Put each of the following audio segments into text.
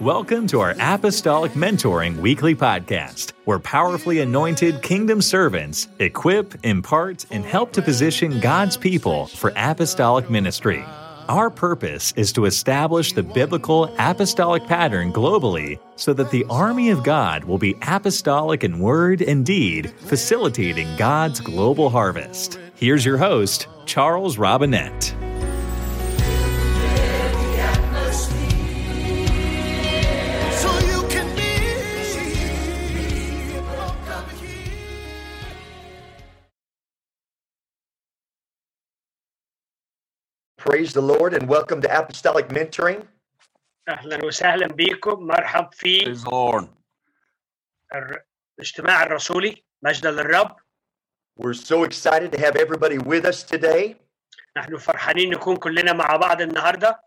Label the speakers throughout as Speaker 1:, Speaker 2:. Speaker 1: Welcome to our Apostolic Mentoring Weekly Podcast, where powerfully anointed kingdom servants equip, impart, and help to position God's people for apostolic ministry. Our purpose is to establish the biblical apostolic pattern globally so that the army of God will be apostolic in word and deed, facilitating God's global harvest. Here's your host, Charles Robinette.
Speaker 2: Praise the Lord and welcome to Apostolic Mentoring.
Speaker 3: اهلا وسهلا بكم مرحب في
Speaker 4: Praise the Lord.
Speaker 3: الر- الاجتماع الرسولي مجدا للرب
Speaker 2: We're so excited to have everybody with us today.
Speaker 3: نحن فرحانين نكون كلنا مع بعض النهارده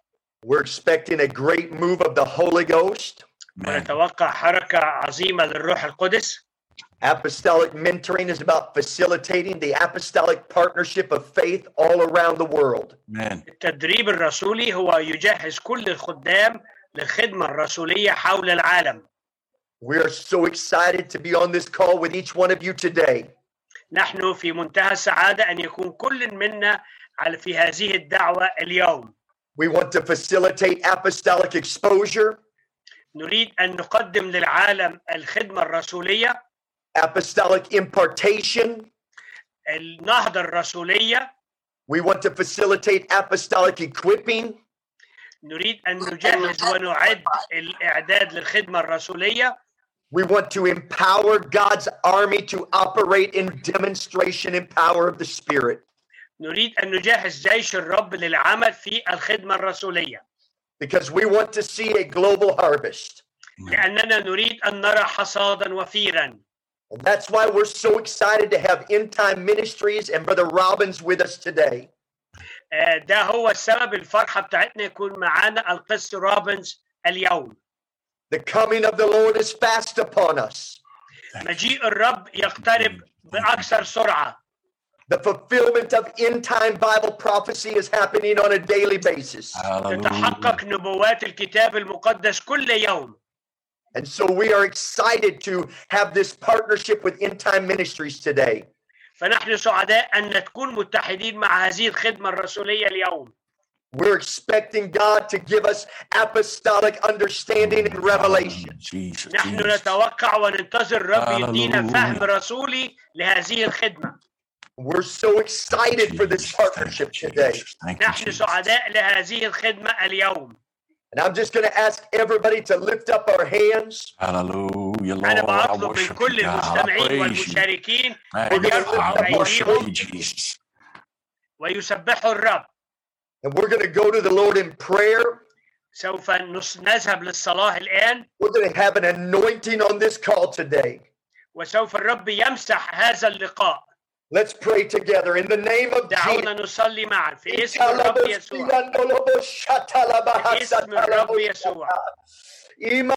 Speaker 2: We're expecting a great move of the Holy Ghost.
Speaker 4: Amen.
Speaker 3: ونتوقع حركه عظيمه للروح القدس
Speaker 2: Apostolic mentoring is about facilitating the apostolic partnership of faith all around the world.
Speaker 4: Amen.
Speaker 3: التدريب الرسولي هو يجهز كل الخدام للخدمه الرسوليه حول العالم
Speaker 2: We are so excited to be on this call with each one of you today.
Speaker 3: نحن في منتهى السعاده ان يكون كل منا على في هذه الدعوه اليوم
Speaker 2: We want to facilitate apostolic exposure,
Speaker 3: نريد ان نقدم للعالم الخدمه الرسوليه
Speaker 2: apostolic impartation.
Speaker 3: النهضه الرسوليه
Speaker 2: We want to facilitate apostolic equipping.
Speaker 3: نريد أن نجهز ونعد الإعداد للخدمة الرسولية
Speaker 2: We want to empower God's army to operate in demonstration and power of the Spirit.
Speaker 3: نريد أن نجهز جيش الرب للعمل في الخدمة الرسولية
Speaker 2: Because we want to see a global harvest.
Speaker 3: لأننا نريد أن نرى حصادا وفيرا
Speaker 2: And that's why we're so excited to have End Time Ministries and Brother Robbins with us today.
Speaker 3: آه، ده هو السبب الفرحة بتاعتنا يكون معانا القس روبنز اليوم
Speaker 2: The coming of the Lord is fast upon us.
Speaker 3: مجيء الرب يقترب بأكثر سرعة
Speaker 2: The fulfillment of end time Bible prophecy is happening on a daily basis.
Speaker 3: تتحقق نبوات الكتاب المقدس كل يوم
Speaker 2: And so we are excited to have this partnership with End Time Ministries today.
Speaker 3: فنحن سعداء أن تكون متحدين مع هذه الخدمة الرسولية اليوم
Speaker 2: We're expecting God to give us apostolic understanding and revelation.
Speaker 4: Jesus.
Speaker 3: نحن
Speaker 4: Jesus.
Speaker 3: نتوقع وننتظر الرب يدينا
Speaker 4: هللويا.
Speaker 3: فهم رسولي لهذه الخدمة
Speaker 2: We're so excited for this
Speaker 4: Jesus.
Speaker 2: partnership
Speaker 4: Thank you,
Speaker 2: today.
Speaker 4: Jesus. Thank you,
Speaker 3: نحن
Speaker 4: Jesus.
Speaker 3: سعداء لهذه الخدمة اليوم
Speaker 2: And I'm just going to ask everybody to lift up our hands.
Speaker 4: Hallelujah, Lord.
Speaker 3: أنا
Speaker 4: I
Speaker 3: بطلب من
Speaker 4: worship
Speaker 3: كل
Speaker 4: you, God. I
Speaker 3: المستمعين
Speaker 4: praise you.
Speaker 3: والمشاركين
Speaker 4: Man,
Speaker 2: يرفعوا
Speaker 4: I worship
Speaker 3: أيديهم.
Speaker 4: you, Jesus.
Speaker 3: ويسبحوا الرب
Speaker 2: And we're going to go to the Lord in prayer.
Speaker 3: سوف نص- نذهب للصلاة الآن
Speaker 2: We're going to have an anointing on this call today.
Speaker 3: وسوف الرب يمسح هذا اللقاء
Speaker 2: Let's pray together in the name of
Speaker 3: دعونا
Speaker 2: Jesus.
Speaker 3: نصلي معا في اسم الرب يسوع اسم الرب يسوع.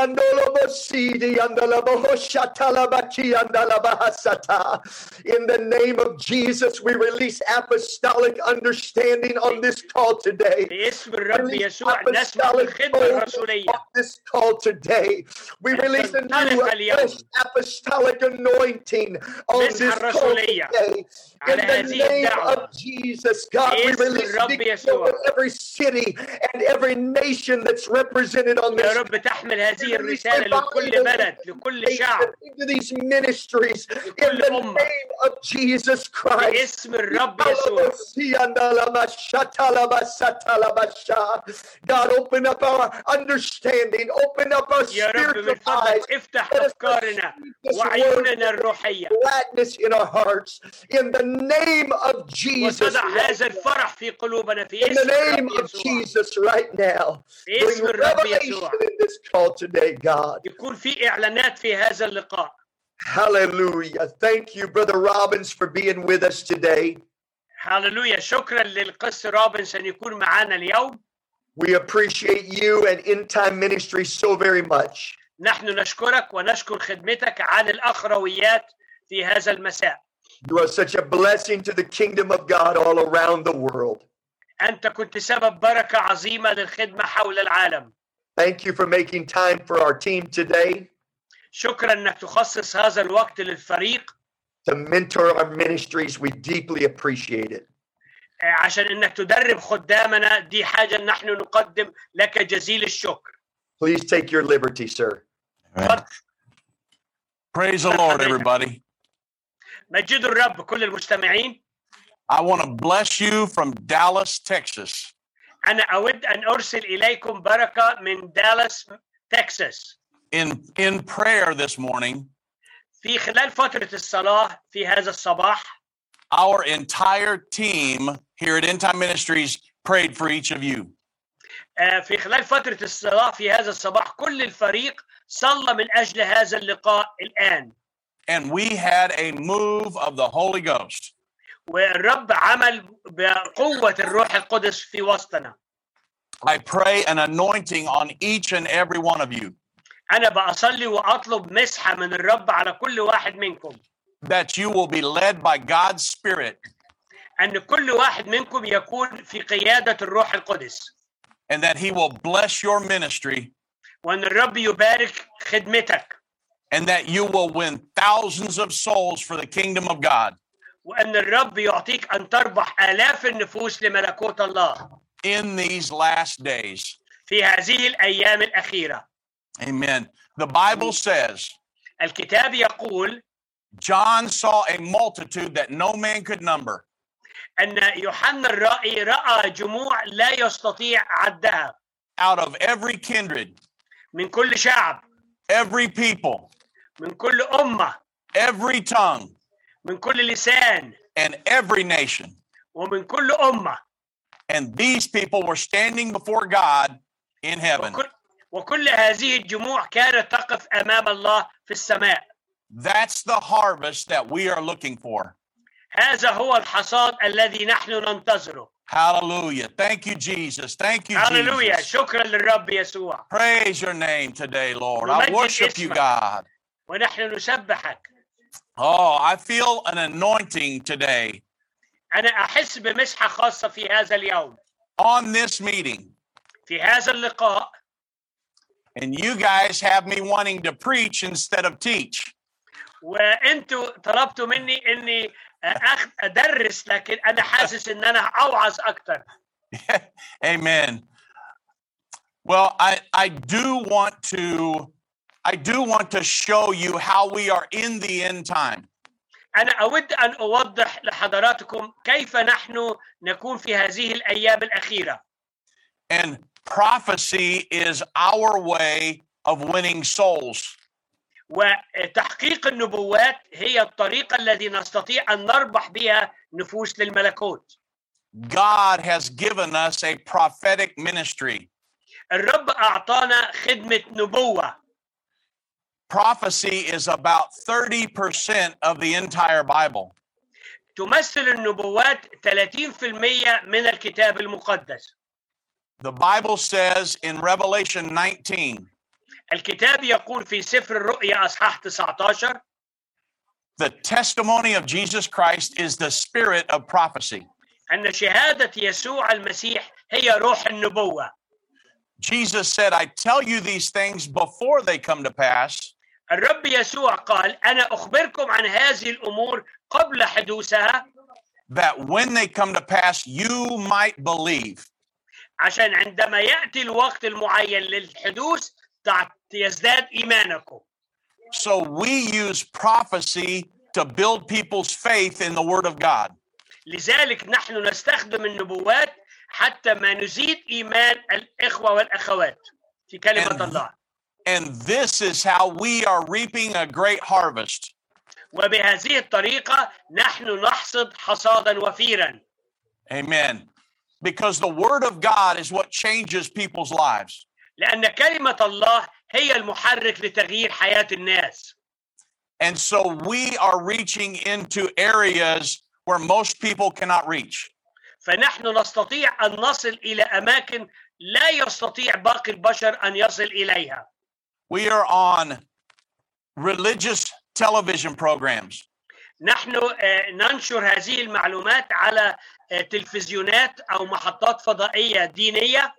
Speaker 2: Imandolobosidi andalabohoshatalabaki andalabahasata. In the name of Jesus, we release apostolic understanding on this call today.
Speaker 3: باسم الرب
Speaker 2: Release
Speaker 3: يسوع نسمع
Speaker 2: apostolic
Speaker 3: الخدمة
Speaker 2: boldness
Speaker 3: الرسولية
Speaker 2: On this call today, we release a new
Speaker 3: تنطلق اليوم.
Speaker 2: fresh apostolic anointing on
Speaker 3: مسحة
Speaker 2: this call
Speaker 3: الرسولية
Speaker 2: today. In
Speaker 3: على
Speaker 2: the
Speaker 3: هذه
Speaker 2: name
Speaker 3: الدعوة.
Speaker 2: of Jesus, God, we
Speaker 3: باسم
Speaker 2: release
Speaker 3: الرب
Speaker 2: victory
Speaker 3: يسوع.
Speaker 2: over every city and every nation that's represented on
Speaker 3: يا
Speaker 2: this
Speaker 3: رب تحمل هذه
Speaker 2: We release
Speaker 3: الرسالة لكل
Speaker 2: revival
Speaker 3: بلد لكل شعب
Speaker 2: into these ministries in
Speaker 3: كل
Speaker 2: the
Speaker 3: أمة.
Speaker 2: name of Jesus Christ.
Speaker 3: باسم الرب يسوع
Speaker 2: God, open up our understanding, open up our
Speaker 3: يا رب من
Speaker 2: spiritual eyes.
Speaker 3: فضلك افتح
Speaker 2: Let us
Speaker 3: افكارنا
Speaker 2: receive this word
Speaker 3: وعيوننا
Speaker 2: with
Speaker 3: الروحيه
Speaker 2: gladness in our hearts. In the name of Jesus.
Speaker 3: وتضع هذا الفرح في قلوبنا في
Speaker 2: In the
Speaker 3: اسم
Speaker 2: name
Speaker 3: الرب
Speaker 2: of
Speaker 3: يسوع
Speaker 2: Jesus right now.
Speaker 3: في
Speaker 2: Bring
Speaker 3: اسم الرب
Speaker 2: revelation
Speaker 3: يسوع
Speaker 2: in this call today, God.
Speaker 3: يكون في اعلانات في هذا اللقاء
Speaker 2: Hallelujah. Thank you, Brother Robbins, for being with us today.
Speaker 3: هللويا شكرا للقس رابنس ان يكون معنا اليوم
Speaker 2: We appreciate you and End Time Ministry so very much.
Speaker 3: نحن نشكرك ونشكر خدمتك عن الاخرويات في هذا المساء
Speaker 2: You are such a blessing to the kingdom of God all around the world.
Speaker 3: انت كنت سبب بركه عظيمه للخدمه حول العالم
Speaker 2: Thank you for making time for our team today
Speaker 3: شكرا انك تخصص هذا الوقت للفريق
Speaker 2: to mentor our ministries. We deeply appreciate it.
Speaker 3: آه، عشان انك تدرب خدامنا دي حاجه نحن نقدم لك جزيل الشكر
Speaker 2: Please take your liberty, sir.
Speaker 4: All right. Praise the Lord, everybody.
Speaker 3: مجدوا الرب كل المجتمعين
Speaker 4: I want to bless you from Dallas, Texas.
Speaker 3: انا اود ان ارسل اليكم بركه من دالاس تكساس
Speaker 4: In in prayer this morning,
Speaker 3: في خلال فتره الصلاه في هذا الصباح
Speaker 4: our entire team here at End Time Ministries prayed for each of you.
Speaker 3: آه، في خلال فتره الصلاه في هذا الصباح كل الفريق صلى من اجل هذا اللقاء الان
Speaker 4: And we had a move of the Holy Ghost.
Speaker 3: والرب عمل بقوه الروح القدس في وسطنا
Speaker 4: I pray an anointing on each and every one of you
Speaker 3: انا بصلي واطلب مسحه من الرب على كل واحد منكم
Speaker 4: that you will be led by God's Spirit
Speaker 3: ان كل واحد منكم يكون في قياده الروح القدس
Speaker 4: and that He will bless your ministry
Speaker 3: وان الرب يبارك خدمتك
Speaker 4: and that you will win thousands of souls for the kingdom of God
Speaker 3: وان الرب يعطيك ان تربح الاف النفوس لملكوت الله
Speaker 4: in these last days.
Speaker 3: في هذه الايام الاخيره
Speaker 4: Amen. The Bible says
Speaker 3: الكتاب يقول
Speaker 4: John saw a multitude that no man could number,
Speaker 3: ان يوحنا الرائي راى جموع لا يستطيع عدها
Speaker 4: out of every kindred,
Speaker 3: من كل شعب
Speaker 4: every people,
Speaker 3: من كل امه
Speaker 4: every tongue,
Speaker 3: من كل لسان
Speaker 4: and every nation.
Speaker 3: ومن كل امه
Speaker 4: And these people were standing before God in heaven.
Speaker 3: وكل, وكل هذه الجموع كانت تقف امام الله في السماء
Speaker 4: That's the harvest that we are looking for.
Speaker 3: هذا هو الحصاد الذي نحن ننتظره
Speaker 4: Hallelujah. Thank you, Jesus. Thank you,
Speaker 3: هللويا
Speaker 4: Jesus.
Speaker 3: شكرا للرب يسوع
Speaker 4: Praise your name today, Lord.
Speaker 3: Lord,
Speaker 4: I
Speaker 3: you
Speaker 4: worship
Speaker 3: kiss
Speaker 4: you,
Speaker 3: me.
Speaker 4: God.
Speaker 3: ونحن نسبحك
Speaker 4: Oh, I feel an anointing today
Speaker 3: انا احس بمسحه خاصه في هذا اليوم
Speaker 4: on this meeting.
Speaker 3: في هذا اللقاء
Speaker 4: And you guys have me wanting to preach instead of teach.
Speaker 3: وانتوا طلبتوا مني اني أخ... ادرس لكن انا حاسس ان انا اوعظ اكتر
Speaker 4: Amen. Well, I, I do want to I do want to show you how we are in the end time.
Speaker 3: انا اود ان اوضح لحضراتكم كيف نحن نكون في هذه الايام الاخيره
Speaker 4: And prophecy is our way of winning souls.
Speaker 3: وتحقيق النبوات هي الطريقه التي نستطيع ان نربح بها نفوس للملكوت
Speaker 4: God has given us a prophetic ministry.
Speaker 3: الرب اعطانا خدمه نبوه
Speaker 4: Prophecy is about 30% of the entire Bible.
Speaker 3: تمثل النبوات 30% من الكتاب المقدس
Speaker 4: The Bible says in Revelation 19
Speaker 3: الكتاب يقول في سفر الرؤيا اصحاح 19
Speaker 4: the testimony of Jesus Christ is the spirit of prophecy.
Speaker 3: ان شهاده يسوع المسيح هي روح النبوه
Speaker 4: Jesus said, I tell you these things before they come to pass,
Speaker 3: الرب يسوع قال انا اخبركم عن هذه الامور قبل حدوثها
Speaker 4: that when they come to pass, you might believe.
Speaker 3: عشان عندما ياتي الوقت المعين للحدوث تع- يزداد ايمانكم
Speaker 4: So we use prophecy to build people's faith in the Word of God.
Speaker 3: لذلك نحن نستخدم النبوات حتى ما نزيد ايمان الاخوه والاخوات في كلمه
Speaker 4: And-
Speaker 3: الله
Speaker 4: And this is how we are reaping a great harvest.
Speaker 3: وبهذه الطريقه نحن نحصد حصادا وفيرا
Speaker 4: Amen. Because the Word of God is what changes people's lives.
Speaker 3: لان كلمه الله هي المحرك لتغيير حياه الناس
Speaker 4: And so we are reaching into areas where most people cannot reach.
Speaker 3: فنحن نستطيع ان نصل الى اماكن لا يستطيع باقي البشر ان يصل اليها
Speaker 4: We are on religious television programs.
Speaker 3: نحن آه، ننشر هذه المعلومات على آه، تلفزيونات او محطات فضائيه دينيه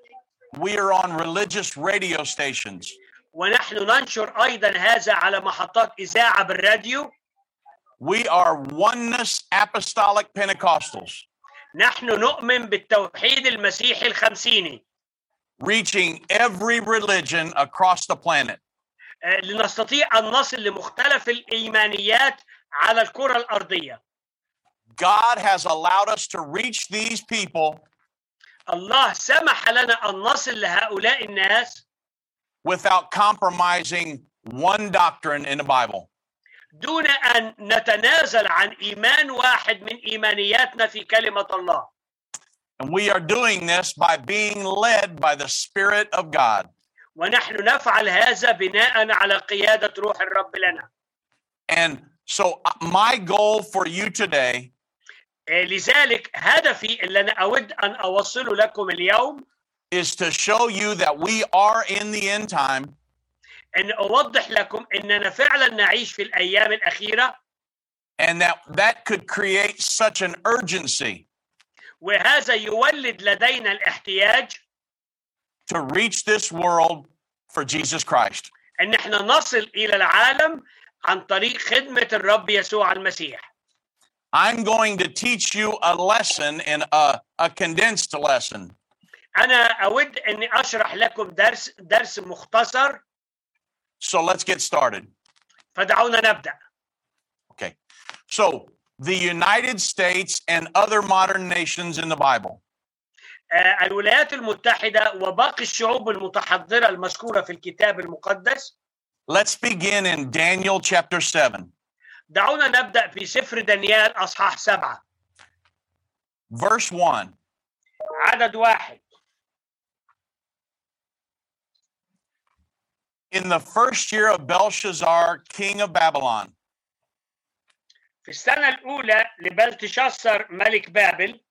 Speaker 4: we are on religious radio stations.
Speaker 3: ونحن ننشر أيضا هذا على محطات إذاعة بالراديو
Speaker 4: We are oneness apostolic Pentecostals,
Speaker 3: نحن نؤمن بالتوحيد المسيحي الخمسيني
Speaker 4: reaching every religion across the planet.
Speaker 3: آه، لنستطيع أن نصل لمختلف الإيمانيات على الكرة الأرضية
Speaker 4: God has allowed us to reach these people
Speaker 3: الله سمح لنا أن نصل لهؤلاء الناس
Speaker 4: without compromising one doctrine in the Bible.
Speaker 3: دون أن نتنازل عن إيمان واحد من إيمانياتنا في كلمة الله
Speaker 4: And we are doing this by being led by the Spirit of God.
Speaker 3: ونحن نفعل هذا بناء على قيادة روح الرب لنا
Speaker 4: And so, uh, my goal for you today
Speaker 3: آه، لذلك هدفي اللي أنا أود أن أوصله لكم اليوم
Speaker 4: is to show you that we are in the end time
Speaker 3: أن أوضح لكم أننا فعلا نعيش في الأيام الأخيرة
Speaker 4: and that that could create such an urgency
Speaker 3: وهذا يولد لدينا الاحتياج
Speaker 4: to reach this world for Jesus Christ.
Speaker 3: أن احنا نصل إلى العالم عن طريق خدمة الرب يسوع المسيح
Speaker 4: I'm going to teach you a lesson in a, a condensed lesson
Speaker 3: أنا أود أني أشرح لكم درس درس مختصر
Speaker 4: So let's get started.
Speaker 3: فدعونا نبدأ
Speaker 4: Okay. So the United States and other modern nations in the Bible
Speaker 3: آه، الولايات المتحدة وباقي الشعوب المتحضرة المذكورة في الكتاب المقدس
Speaker 4: Let's begin in Daniel chapter 7,
Speaker 3: دعونا نبدأ في سفر دانيال أصحاح سبعة
Speaker 4: verse 1.
Speaker 3: عدد واحد
Speaker 4: In the first year of Belshazzar, king of Babylon,
Speaker 3: في السنة الأولى لبلتشصر ملك بابل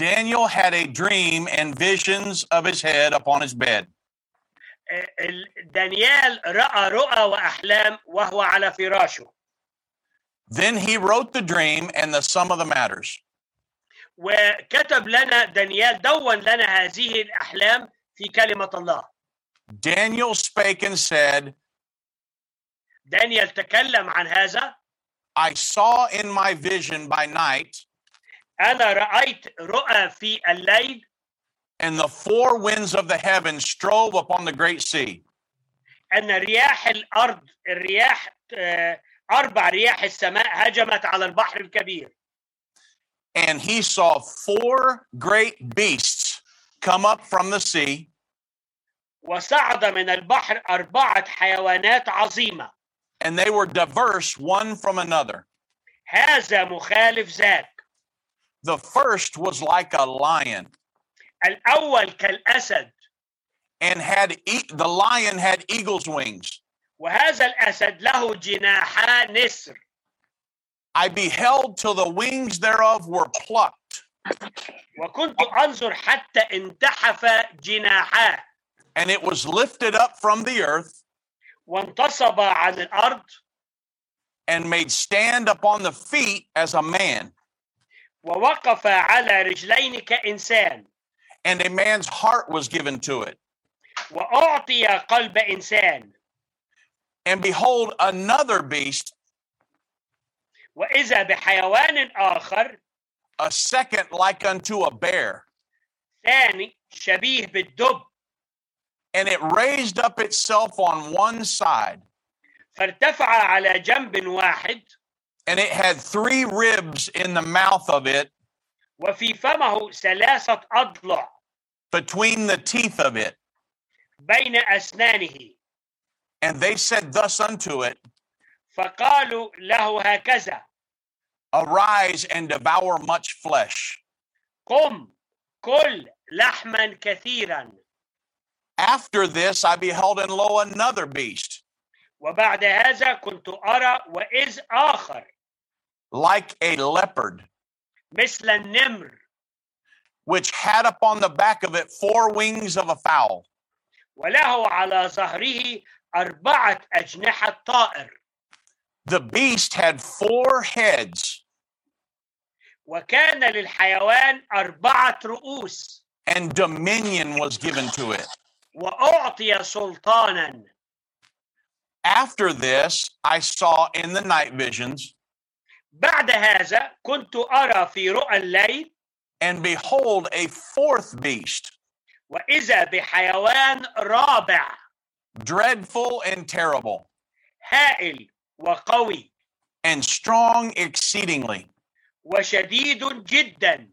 Speaker 4: Daniel had a dream and visions of his head upon his bed.
Speaker 3: آه، ال- دانيال رأى رؤى وأحلام وهو على فراشه
Speaker 4: Then he wrote the dream and the sum of the matters.
Speaker 3: وكتب لنا دانيال دون لنا هذه الأحلام في كلمة الله
Speaker 4: Daniel spake and said,
Speaker 3: دانيال تكلم عن هذا
Speaker 4: I saw in my vision by night
Speaker 3: أنا رأيت رؤى في الليل
Speaker 4: and the four winds of the heaven strove upon the great sea.
Speaker 3: أن رياح الأرض الرياح آه، أربع رياح السماء هجمت على البحر الكبير
Speaker 4: And he saw four great beasts come up from the sea,
Speaker 3: وصعد من البحر أربعة حيوانات عظيمة
Speaker 4: and they were diverse one from another.
Speaker 3: هذا مخالف ذاك
Speaker 4: The first was like a lion,
Speaker 3: الأول كالأسد
Speaker 4: and had e- the lion had eagle's wings.
Speaker 3: وهذا الأسد له جناحا نسر
Speaker 4: I beheld till the wings thereof were plucked,
Speaker 3: وكنت انظر حتى انتحف جناحاه
Speaker 4: and it was lifted up from the earth
Speaker 3: وانتصب عن الارض
Speaker 4: and made stand upon the feet as a man.
Speaker 3: ووقف على رجلين كانسان
Speaker 4: And a man's heart was given to it.
Speaker 3: واعطي قلب انسان
Speaker 4: And behold, another beast,
Speaker 3: واذا بحيوان اخر
Speaker 4: a second like unto a bear,
Speaker 3: ثاني شبيه بالدب
Speaker 4: and it raised up itself on one side,
Speaker 3: فارتفع على جنب واحد
Speaker 4: and it had three ribs in the mouth of it
Speaker 3: وفي فمه ثلاثه اضلع
Speaker 4: between the teeth of it.
Speaker 3: بين اسنانه
Speaker 4: And they said thus unto it,
Speaker 3: فقالوا له هكذا
Speaker 4: Arise and devour much flesh.
Speaker 3: قم كل لحما كثيرا
Speaker 4: After this I beheld, and lo, another beast,
Speaker 3: وبعد هذا كنت أرى وإذ آخر
Speaker 4: like a leopard,
Speaker 3: مثل النمر
Speaker 4: which had upon the back of it four wings of a fowl.
Speaker 3: وله على ظهره أربعة أجنحة طائر
Speaker 4: The beast had four heads.
Speaker 3: وكان للحيوان أربعة رؤوس
Speaker 4: and dominion was given to it.
Speaker 3: وأعطي سلطانا
Speaker 4: After this, I saw in the night visions,
Speaker 3: بعد هذا كنت أرى في رؤى الليل
Speaker 4: and behold, a fourth beast,
Speaker 3: وإذا بحيوان رابع
Speaker 4: dreadful and terrible,
Speaker 3: هائل وقوي
Speaker 4: and strong exceedingly,
Speaker 3: وشديد جدا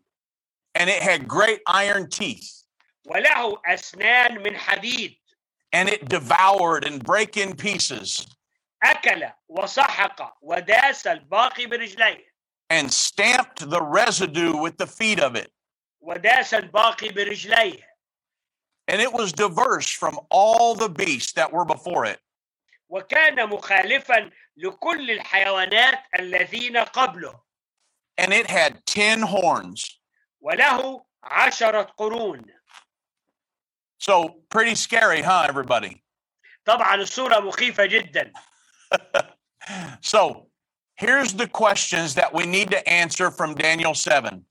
Speaker 4: and it had great iron teeth,
Speaker 3: وله أسنان من حديد
Speaker 4: and it devoured and brake in pieces,
Speaker 3: أكل وسحق وداس الباقي برجليه
Speaker 4: and stamped the residue with the feet of it.
Speaker 3: وداس الباقي برجليه
Speaker 4: And it was diverse from all the beasts that were before it.
Speaker 3: وكان مخالفا لكل الحيوانات الذين قبله
Speaker 4: And it had ten horns.
Speaker 3: وله عشرة قرون
Speaker 4: So pretty scary, huh, everybody?
Speaker 3: طبعا الصورة مخيفة جدا
Speaker 4: So here's the questions that we need to answer from Daniel 7.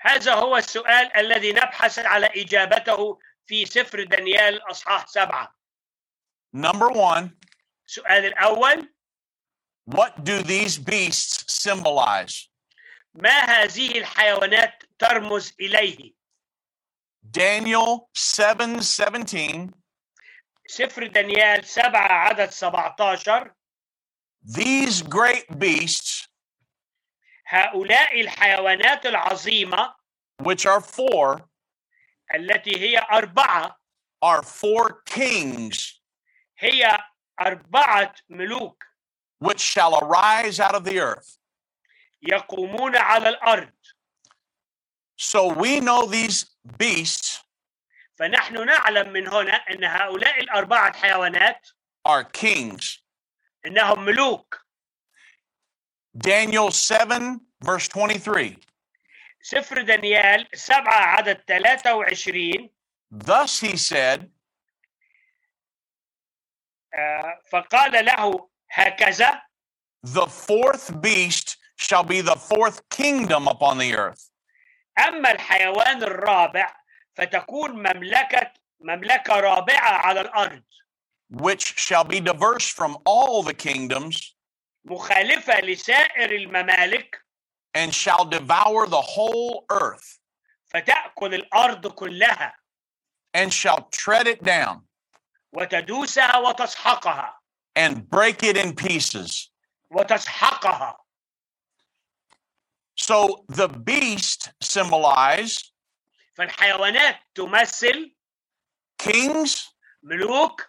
Speaker 3: هذا هو السؤال الذي نبحث على إجابته في سفر دانيال أصحاح سبعة
Speaker 4: Number one,
Speaker 3: السؤال الأول
Speaker 4: what do these beasts symbolize?
Speaker 3: ما هذه الحيوانات ترمز إليه
Speaker 4: Daniel 7 17.
Speaker 3: سفر دانيال سبعة عدد 17
Speaker 4: These great beasts,
Speaker 3: هؤلاء الحيوانات العظيمة
Speaker 4: which are four,
Speaker 3: التي هي أربعة
Speaker 4: are four kings
Speaker 3: هي أربعة ملوك
Speaker 4: which shall arise out of the earth.
Speaker 3: يقومون على الأرض
Speaker 4: So we know these beasts
Speaker 3: فنحن نعلم من هنا أن هؤلاء الأربعة حيوانات
Speaker 4: are kings.
Speaker 3: أنهم ملوك
Speaker 4: Daniel 7, verse 23.
Speaker 3: سفر دانيال سبعة عدد 23
Speaker 4: Thus he said,
Speaker 3: آه، فقال له هكذا
Speaker 4: The fourth beast shall be the fourth kingdom upon the earth,
Speaker 3: أما الحيوان الرابع فتكون مملكة مملكة رابعة على الأرض
Speaker 4: which shall be diverse from all the kingdoms,
Speaker 3: مخالفة لسائر الممالك
Speaker 4: and shall devour the whole earth,
Speaker 3: فتأكل الأرض كلها
Speaker 4: and shall tread it down,
Speaker 3: وتدوسها وتسحقها
Speaker 4: and break it in pieces.
Speaker 3: وتسحقها
Speaker 4: So the beast symbolize
Speaker 3: فالحيوانات تمثل
Speaker 4: kings
Speaker 3: ملوك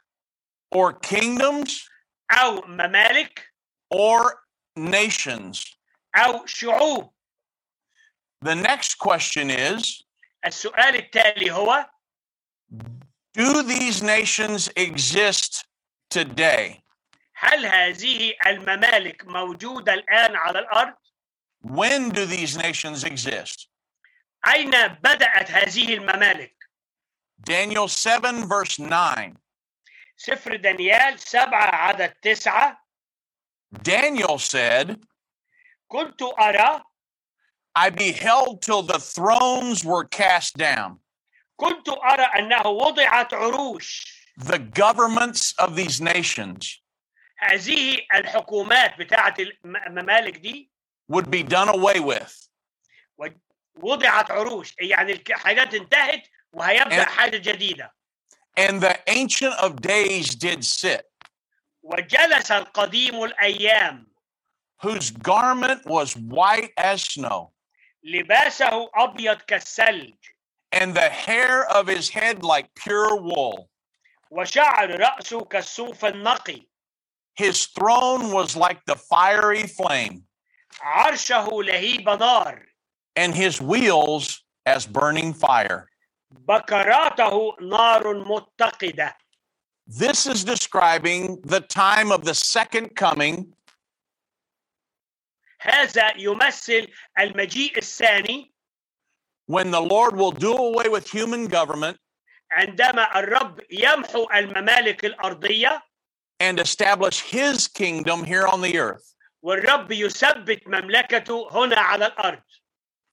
Speaker 4: or kingdoms
Speaker 3: أو ممالك
Speaker 4: or nations.
Speaker 3: أو شعوب
Speaker 4: The next question is
Speaker 3: السؤال التالي هو
Speaker 4: Do these nations exist today?
Speaker 3: هل هذه الممالك موجودة الآن على الأرض؟
Speaker 4: When do these nations exist?
Speaker 3: أين بدأت هذه الممالك؟
Speaker 4: Daniel 7, verse 9.
Speaker 3: سفر دانيال سبعة عدد تسعة
Speaker 4: Daniel said,
Speaker 3: كنت أرى
Speaker 4: I beheld till the thrones were cast down,
Speaker 3: كنت أرى أنه وضعت عروش
Speaker 4: the governments of these nations
Speaker 3: هذه الحكومات بتاعة الممالك دي
Speaker 4: would be done away with,
Speaker 3: وضعت عروش يعني الك- حاجات انتهت وهيبدأ حاجة جديدة
Speaker 4: and the Ancient of Days did sit,
Speaker 3: وجلس القديم الأيام
Speaker 4: whose garment was white as snow,
Speaker 3: لباسه أبيض كالثلج
Speaker 4: and the hair of his head like pure wool.
Speaker 3: وشعر رأسه كالصوف النقي
Speaker 4: His throne was like the fiery flame,
Speaker 3: عرشه لهيب نار
Speaker 4: and his wheels as burning fire.
Speaker 3: بكراته نار متقده
Speaker 4: This is describing the time of the second coming
Speaker 3: هذا يمثل المجيء الثاني
Speaker 4: when the Lord will do away with human government
Speaker 3: عندما الرب يمحو الممالك الارضيه
Speaker 4: and establish his kingdom here on the earth
Speaker 3: والرب يثبت مملكته هنا على الارض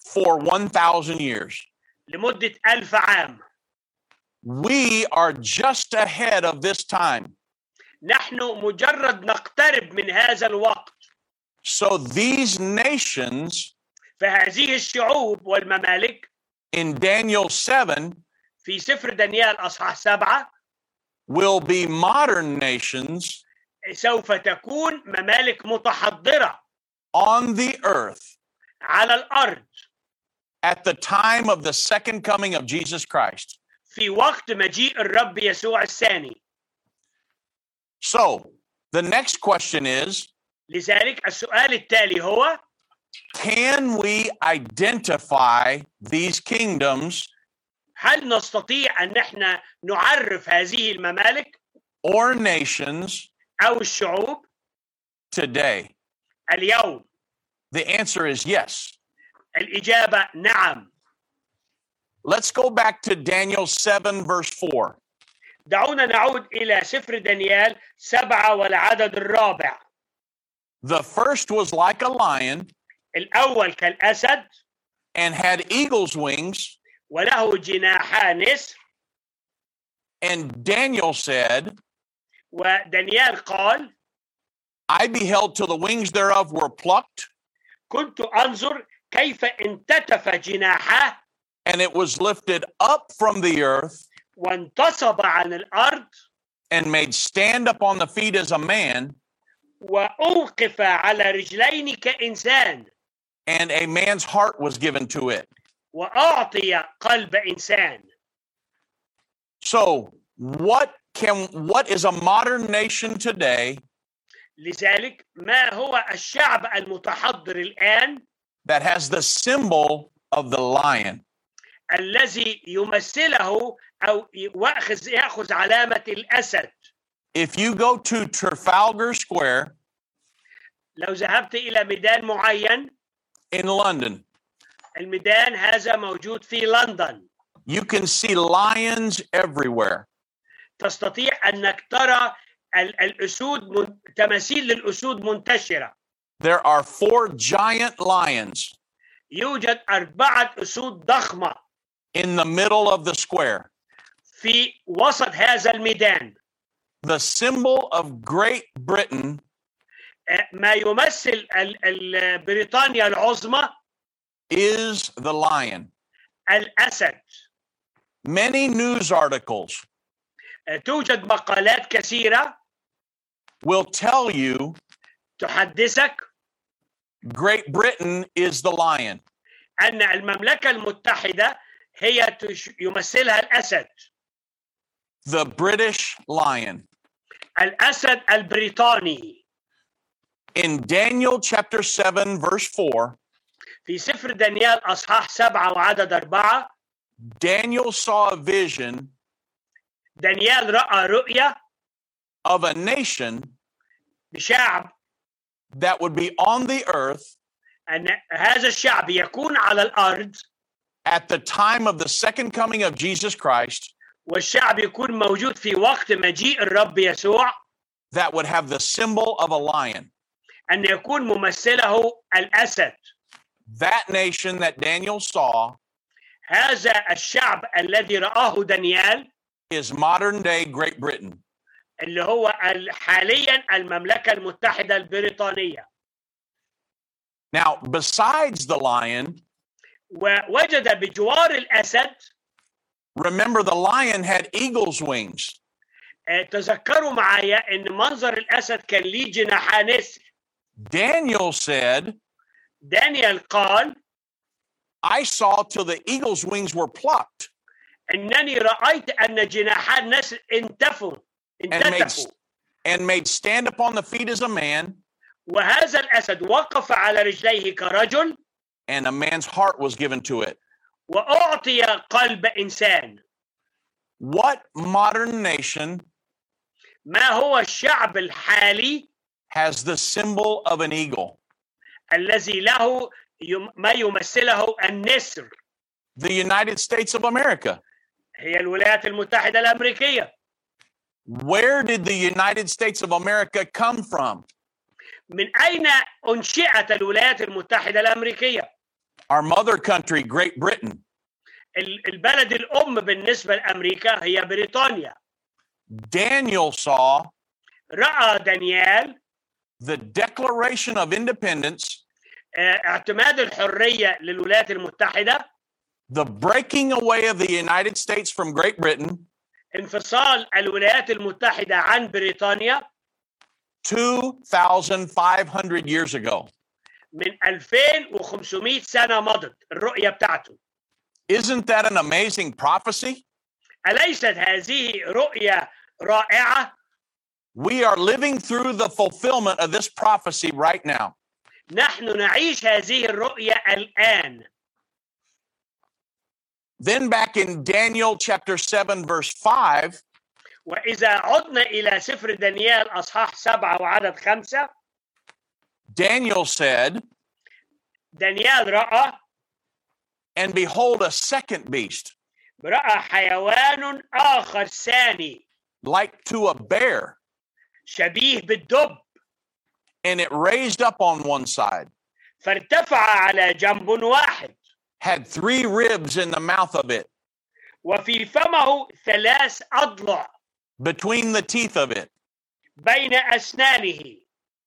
Speaker 4: for 1,000 years.
Speaker 3: لمدة ألف عام
Speaker 4: We are just ahead of this time.
Speaker 3: نحن مجرد نقترب من هذا الوقت
Speaker 4: So these nations
Speaker 3: فهذه الشعوب والممالك
Speaker 4: in Daniel 7
Speaker 3: في سفر دانيال أصحاح سبعة
Speaker 4: will be modern nations
Speaker 3: سوف تكون ممالك متحضرة
Speaker 4: on the earth
Speaker 3: على الأرض
Speaker 4: at the time of the second coming of Jesus Christ.
Speaker 3: في وقت مجيء الرب يسوع الثاني
Speaker 4: So the next question is
Speaker 3: لذلك السؤال التالي هو
Speaker 4: can we identify these kingdoms
Speaker 3: هل نستطيع أن احنا نعرف هذه الممالك
Speaker 4: or nations
Speaker 3: أو الشعوب
Speaker 4: today?
Speaker 3: اليوم
Speaker 4: The answer is yes.
Speaker 3: الإجابة نعم
Speaker 4: Let's go back to Daniel 7, verse 4.
Speaker 3: دعونا نعود إلى سفر دانيال سبعة والعدد الرابع
Speaker 4: The first was like a lion
Speaker 3: الأول كالأسد
Speaker 4: and had eagle's wings.
Speaker 3: وله جناحان نسر
Speaker 4: And Daniel said,
Speaker 3: ودانيال قال
Speaker 4: I beheld till the wings thereof were plucked,
Speaker 3: كنت أنظر كيف انتتف جناحه
Speaker 4: and it was lifted up from the earth
Speaker 3: وانتصب عن الأرض
Speaker 4: and made stand upon the feet as a man,
Speaker 3: وأوقف على رجلين كإنسان
Speaker 4: and a man's heart was given to it.
Speaker 3: وأعطي قلب إنسان
Speaker 4: So, what can what is a modern nation today
Speaker 3: لذلك ما هو الشعب المتحضر الآن
Speaker 4: that has the symbol of the lion?
Speaker 3: الذي يمثله أو ي- وأخذ يأخذ علامة الأسد
Speaker 4: If you go to Trafalgar Square
Speaker 3: لو ذهبت إلى ميدان معين
Speaker 4: in London,
Speaker 3: الميدان هذا موجود في لندن
Speaker 4: you can see lions everywhere.
Speaker 3: تستطيع أنك ترى ال- الأسود من... تماثيل للأسود منتشرة
Speaker 4: There are four giant lions
Speaker 3: يوجد أربعة أسود ضخمة
Speaker 4: in the middle of the square.
Speaker 3: في وسط هذا الميدان
Speaker 4: The symbol of Great Britain
Speaker 3: آه، ما يمثل ال- ال- بريطانيا العظمى
Speaker 4: is the lion.
Speaker 3: الأسد
Speaker 4: Many news articles
Speaker 3: آه، توجد مقالات كثيرة
Speaker 4: will tell you
Speaker 3: تحدثك
Speaker 4: Great Britain is the lion.
Speaker 3: أن المملكة المتحدة هي تش- يمثلها الأسد
Speaker 4: the British lion.
Speaker 3: الأسد البريطاني
Speaker 4: In Daniel chapter 7, verse 4,
Speaker 3: في سفر دانيال أصحاح سبعة وعدد أربعة
Speaker 4: Daniel saw a vision
Speaker 3: دانيال رأى رؤية
Speaker 4: of a nation
Speaker 3: بشعب
Speaker 4: that would be on the earth
Speaker 3: أن هذا الشعب يكون على الأرض
Speaker 4: at the time of the second coming of Jesus Christ
Speaker 3: والشعب يكون موجود في وقت مجيء الرب يسوع
Speaker 4: that would have the symbol of a lion.
Speaker 3: أن يكون ممثله الأسد
Speaker 4: That nation that Daniel saw
Speaker 3: هذا الشعب الذي رآه دانيال
Speaker 4: is modern day Great Britain.
Speaker 3: اللي هو ال- حاليا المملكة المتحدة البريطانية
Speaker 4: Now, besides the lion,
Speaker 3: ووجد بجوار الأسد
Speaker 4: remember the lion had eagle's wings.
Speaker 3: آه، تذكروا معايا أن منظر الأسد كان ليه جناحان نسر
Speaker 4: Daniel said,
Speaker 3: دانيال قال
Speaker 4: I saw till the eagle's wings were plucked.
Speaker 3: أنني رأيت أن جناحان نسر انتفوا
Speaker 4: and made,
Speaker 3: انتفوا
Speaker 4: and made stand upon the feet as a man,
Speaker 3: وهذا الأسد وقف على رجليه كرجل
Speaker 4: and a man's heart was given to it.
Speaker 3: وأعطي قلب إنسان
Speaker 4: What modern nation
Speaker 3: ما هو الشعب الحالي
Speaker 4: has the symbol of an eagle?
Speaker 3: الذي له يم- ما يمثله النسر
Speaker 4: The United States of America.
Speaker 3: هي الولايات المتحدة الأمريكية
Speaker 4: Where did the United States of America come from?
Speaker 3: من أين أنشئت الولايات المتحدة الأمريكية
Speaker 4: Our mother country, Great Britain.
Speaker 3: ال- البلد الام بالنسبه لامريكا هي بريطانيا
Speaker 4: Daniel saw
Speaker 3: راى دانيال
Speaker 4: the Declaration of Independence,
Speaker 3: آه، اعتماد الحريه للولايات المتحده
Speaker 4: the breaking away of the United States from Great Britain
Speaker 3: انفصال الولايات المتحده عن بريطانيا
Speaker 4: 2,500 years ago.
Speaker 3: من 2500 سنه مضت الرؤيه بتاعته
Speaker 4: Isn't that an amazing prophecy?
Speaker 3: اليست هذه رؤيه رائعه
Speaker 4: We are living through the fulfillment of this prophecy right now.
Speaker 3: نحن نعيش هذه الرؤيه الان
Speaker 4: Then, back in Daniel chapter 7, verse 5,
Speaker 3: واذا عدنا الى سفر دانيال اصحاح سبعه وعدد خمسه
Speaker 4: Daniel said,
Speaker 3: دانيال راى
Speaker 4: And behold, a second beast,
Speaker 3: راى حيوان اخر ثاني
Speaker 4: like to a bear,
Speaker 3: شبيه بالدب
Speaker 4: and it raised up on one side,
Speaker 3: فارتفع على جنب واحد
Speaker 4: had three ribs in the mouth of it,
Speaker 3: وفي فمه ثلاث اضلع
Speaker 4: between the teeth of it.
Speaker 3: بين اسنانه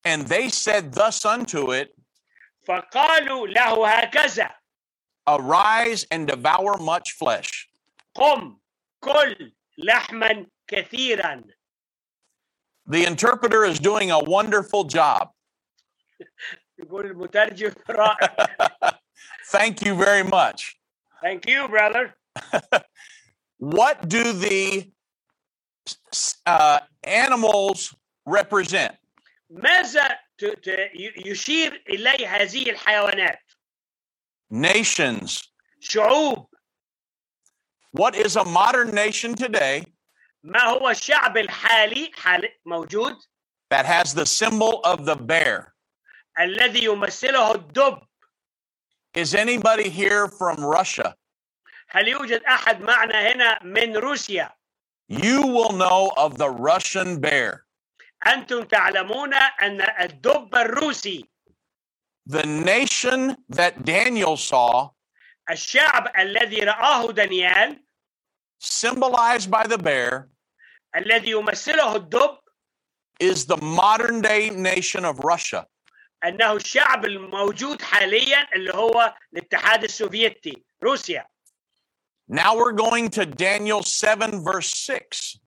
Speaker 4: And they said thus unto it,
Speaker 3: فقالوا له هكذا
Speaker 4: Arise and devour much flesh.
Speaker 3: قم كل لحما كثيرا
Speaker 4: The interpreter is doing a wonderful job.
Speaker 3: يقول المترجم رائع
Speaker 4: Thank you very much.
Speaker 3: ثانك يو براذر
Speaker 4: What do the uh, animals represent?
Speaker 3: ماذا ت- ت- يشير اليه هذه الحيوانات
Speaker 4: Nations.
Speaker 3: شعوب
Speaker 4: What is a modern nation today
Speaker 3: ما هو الشعب الحالي حال موجود
Speaker 4: that has the symbol of the bear?
Speaker 3: الذي يمثله الدب
Speaker 4: Is anybody here from Russia?
Speaker 3: هل يوجد احد معنا هنا من روسيا
Speaker 4: You will know of the Russian bear.
Speaker 3: انتم تعلمون ان الدب الروسي
Speaker 4: The nation that Daniel saw,
Speaker 3: الشعب الذي رآه دانيال
Speaker 4: symbolized by the bear,
Speaker 3: الذي يمثله الدب
Speaker 4: is the modern day nation of Russia.
Speaker 3: انه الشعب الموجود حاليا اللي هو الاتحاد السوفيتي روسيا
Speaker 4: Now we're going to Daniel 7, verse 6.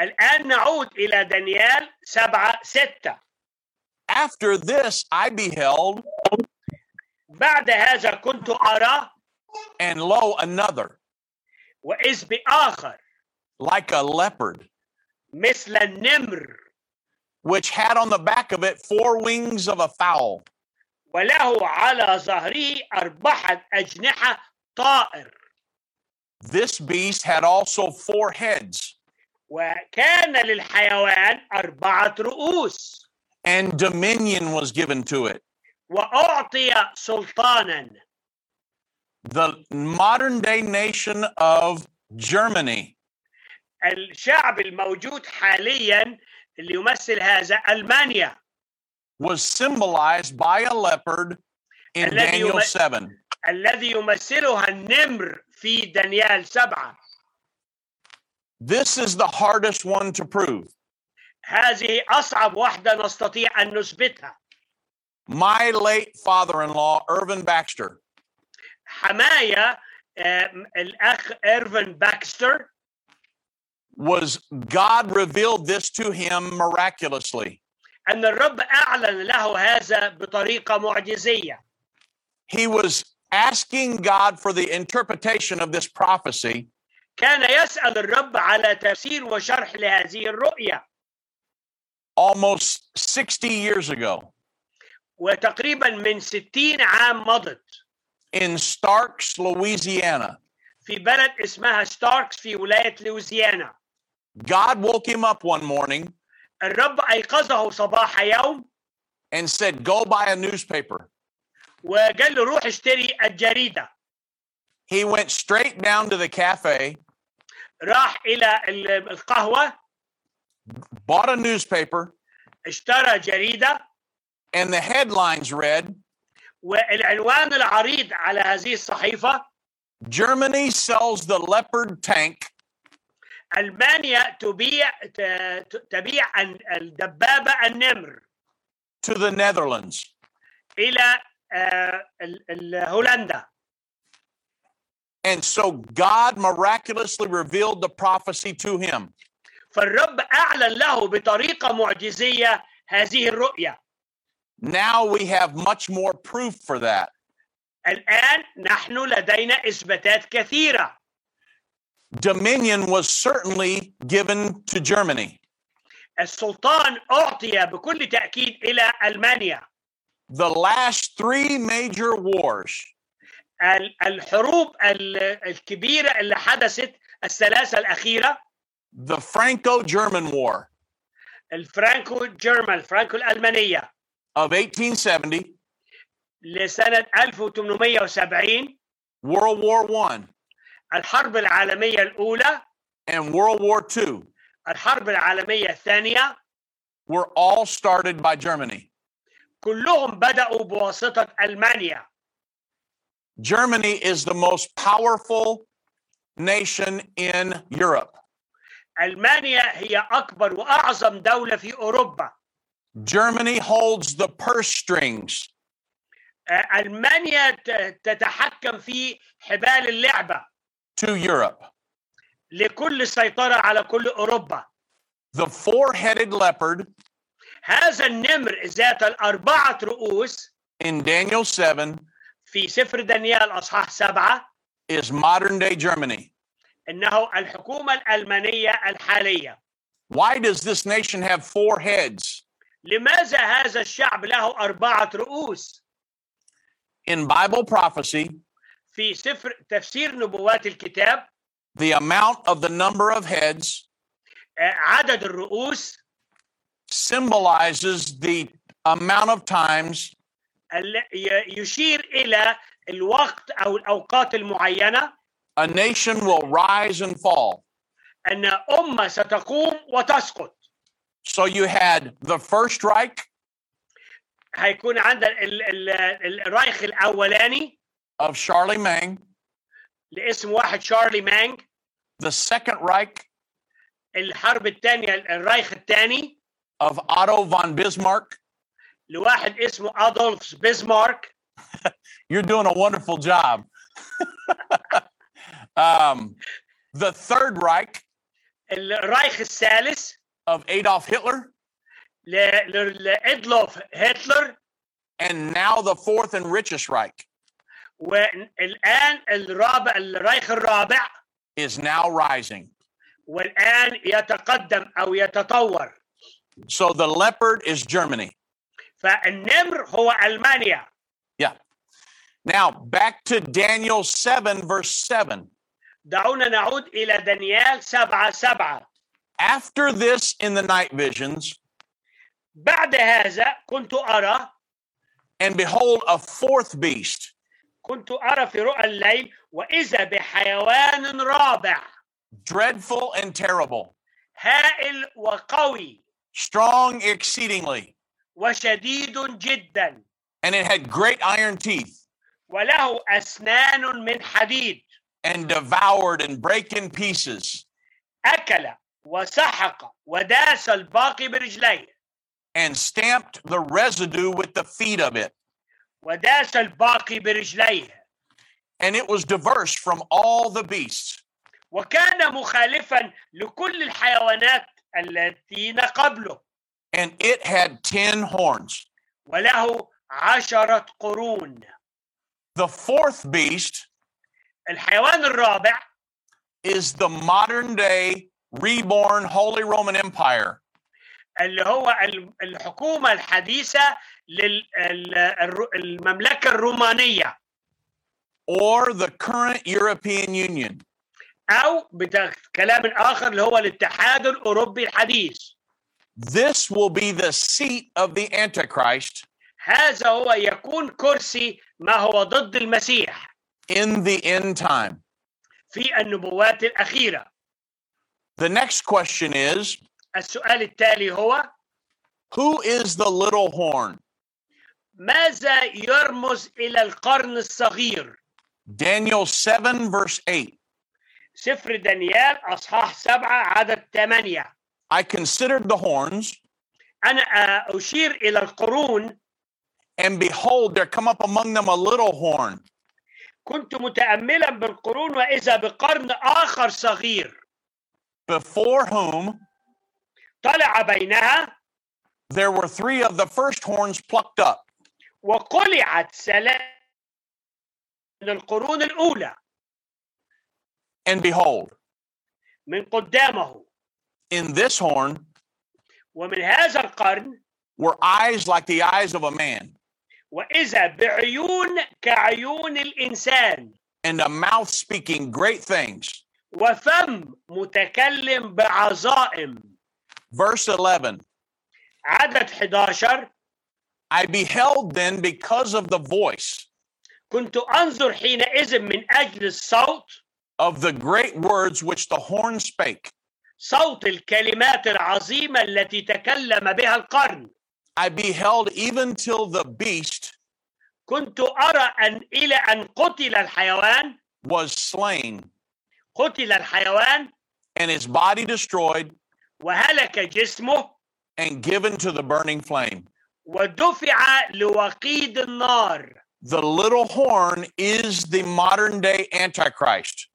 Speaker 3: الان نعود الى دانيال سبعة ستة
Speaker 4: After this, I beheld,
Speaker 3: بعد هذا كنت ارى
Speaker 4: and lo, another,
Speaker 3: واذ باخر
Speaker 4: like a leopard,
Speaker 3: مثل النمر
Speaker 4: which had on the back of it four wings of a fowl.
Speaker 3: وله على ظهره اربعه اجنحه طائر
Speaker 4: This beast had also four heads
Speaker 3: وكان للحيوان أربعة رؤوس
Speaker 4: and dominion was given to it.
Speaker 3: وأعطي سلطانا
Speaker 4: The modern day nation of Germany,
Speaker 3: الشعب الموجود حاليا اللي يمثل هذا ألمانيا
Speaker 4: was symbolized by a leopard in
Speaker 3: And then you
Speaker 4: Daniel
Speaker 3: let-
Speaker 4: 7.
Speaker 3: الذي يمثلها النمر في دانيال سبعة
Speaker 4: This is the hardest one to prove.
Speaker 3: هذه أصعب واحدة نستطيع أن نثبتها
Speaker 4: My late father in law, Irvin Baxter,
Speaker 3: حماية آم، الأخ إيرفن باكستر
Speaker 4: was God revealed this to him miraculously.
Speaker 3: أن الرب أعلن له هذا بطريقة معجزية
Speaker 4: He was asking God for the interpretation of this prophecy,
Speaker 3: كان يسأل الرب على تفسير وشرح لهذه الرؤية
Speaker 4: almost 60 years ago
Speaker 3: وتقريبا من 60 عام مضت
Speaker 4: in Starks, Louisiana.
Speaker 3: في بلد اسمها ستاركس في ولاية لوزيانا
Speaker 4: God woke him up one morning
Speaker 3: الرب أيقظه صباح يوم
Speaker 4: and said, Go buy a newspaper.
Speaker 3: وقال له روح اشتري الجريدة
Speaker 4: He went straight down to the cafe,
Speaker 3: راح إلى ال- القهوة
Speaker 4: bought a newspaper,
Speaker 3: اشترى جريدة
Speaker 4: and the headlines read,
Speaker 3: والعنوان العريض على هذه الصحيفة
Speaker 4: Germany sells the Leopard tank
Speaker 3: المانيا تبيع ت- ت- تبيع ال- الدبابه النمر
Speaker 4: to the Netherlands.
Speaker 3: الى آه، ال- ال- هولندا
Speaker 4: And so God miraculously revealed the prophecy to him.
Speaker 3: فالرب اعلن له بطريقه معجزيه هذه الرؤيه
Speaker 4: Now we have much more proof for that.
Speaker 3: الان نحن لدينا اثباتات كثيره
Speaker 4: Dominion was certainly given to Germany.
Speaker 3: السلطان اعطي بكل تاكيد الى المانيا
Speaker 4: The last three major wars
Speaker 3: ال- الحروب ال- الكبيره اللي حدثت الثلاثه الاخيره
Speaker 4: the Franco German War
Speaker 3: الفرانكو جيرمان الفرانكو الالمانيه
Speaker 4: of 1870,
Speaker 3: لسنه 1870
Speaker 4: World War One,
Speaker 3: الحرب العالميه الاولى
Speaker 4: and World War II
Speaker 3: الحرب العالميه الثانيه
Speaker 4: were all started by Germany.
Speaker 3: كلهم بداوا بواسطه المانيا
Speaker 4: Germany is the most powerful nation in Europe.
Speaker 3: المانيا هي اكبر واعظم دوله في اوروبا
Speaker 4: Germany holds the purse strings.
Speaker 3: آه، المانيا ت- تتحكم في حبال اللعبه
Speaker 4: to Europe.
Speaker 3: لكل سيطره على كل اوروبا
Speaker 4: The four headed leopard
Speaker 3: هذا النمر ذات الاربعه رؤوس
Speaker 4: in Daniel 7
Speaker 3: في سفر دانيال اصحاح سبعه
Speaker 4: is modern day Germany.
Speaker 3: انه الحكومه الالمانيه الحاليه
Speaker 4: Why does this nation have four heads?
Speaker 3: لماذا هذا الشعب له اربعه رؤوس
Speaker 4: In Bible prophecy,
Speaker 3: في سفر تفسير نبوات الكتاب
Speaker 4: the amount of the number of heads
Speaker 3: آه، عدد الرؤوس
Speaker 4: symbolizes the amount of times
Speaker 3: ال- ي- يشير الى الوقت او الاوقات المعينه
Speaker 4: a nation will rise and fall.
Speaker 3: ان امه ستقوم وتسقط
Speaker 4: So you had the First Reich
Speaker 3: هيكون عندنا ال- ال- الرايخ الاولاني
Speaker 4: of Charlemagne,
Speaker 3: لاسم واحد شارلي مانج
Speaker 4: the Second Reich
Speaker 3: الحرب الثانيه الرايخ الثاني
Speaker 4: of Otto von Bismarck.
Speaker 3: لواحد اسمه ادولف بيزمارك
Speaker 4: You're doing a wonderful job. um, the Third Reich
Speaker 3: الرايخ الثالث
Speaker 4: of Adolf Hitler,
Speaker 3: ل- ل- لادلوف هتلر
Speaker 4: and now the fourth and richest Reich
Speaker 3: والان الرابع الرايخ الرابع
Speaker 4: is now rising.
Speaker 3: والان يتقدم او يتطور
Speaker 4: So the leopard is Germany.
Speaker 3: فالنمر هو المانيا
Speaker 4: Now back to Daniel 7, verse 7.
Speaker 3: دعونا نعود إلى دانيال سبعة سبعة
Speaker 4: After this in the night visions,
Speaker 3: بعد هذا كنت أرى
Speaker 4: and behold, a fourth beast,
Speaker 3: كنت أرى في رؤى الليل وإذا بحيوان رابع
Speaker 4: dreadful and terrible,
Speaker 3: هائل وقوي
Speaker 4: strong exceedingly,
Speaker 3: وشديد جدا
Speaker 4: and it had great iron teeth.
Speaker 3: وله أسنان من حديد
Speaker 4: and devoured and break in pieces
Speaker 3: أكل وسحق وداس الباقي برجليه
Speaker 4: and stamped the residue with the feet of it.
Speaker 3: وداس الباقي برجليه
Speaker 4: And it was diverse from all the beasts
Speaker 3: وكان مخالفا لكل الحيوانات التي قبله
Speaker 4: and it had 10 horns.
Speaker 3: وله عشرة قرون
Speaker 4: The fourth beast
Speaker 3: الحيوان الرابع
Speaker 4: is the modern day reborn Holy Roman Empire.
Speaker 3: اللي هو ال- الحكومة الحديثة للمملكة الرومانية
Speaker 4: Or the current European Union.
Speaker 3: أو بكلام آخر اللي هو الاتحاد الأوروبي الحديث
Speaker 4: This will be the seat of the Antichrist
Speaker 3: هذا هو يكون كرسي ما هو ضد المسيح
Speaker 4: in the end time.
Speaker 3: في النبوات الأخيرة
Speaker 4: The next question is
Speaker 3: السؤال التالي هو
Speaker 4: Who is the little horn?
Speaker 3: ماذا يرمز إلى القرن الصغير
Speaker 4: Daniel 7, verse 8.
Speaker 3: سفر دانيال اصحاح سبعة عدد ثمانية
Speaker 4: I considered the horns,
Speaker 3: انا آه، اشير الى القرون
Speaker 4: and behold, there come up among them a little horn,
Speaker 3: كنت متاملا بالقرون واذا بقرن اخر صغير
Speaker 4: before whom
Speaker 3: طلع بينها
Speaker 4: there were three of the first horns plucked up.
Speaker 3: وقلعت سلام من القرون الاولى
Speaker 4: And behold,
Speaker 3: من قدامه
Speaker 4: in this horn
Speaker 3: ومن هذا القرن
Speaker 4: were eyes like the eyes of a man,
Speaker 3: واذا بعيون كعيون الانسان
Speaker 4: and a mouth speaking great things.
Speaker 3: وفم متكلم بعظائم
Speaker 4: Verse 11
Speaker 3: عدد 11
Speaker 4: I beheld then because of the voice
Speaker 3: كنت انظر حينئذ من اجل الصوت
Speaker 4: of the great words which the horn spake.
Speaker 3: صوت الكلمات العظيمه التي تكلم بها القرن
Speaker 4: I beheld even till the beast
Speaker 3: كنت ارى ان الى ان قتل الحيوان
Speaker 4: was slain
Speaker 3: قتل الحيوان
Speaker 4: and his body destroyed
Speaker 3: وهلك جسمه
Speaker 4: and given to the burning flame.
Speaker 3: ودفع لوقيد النار
Speaker 4: The little horn is the modern day Antichrist.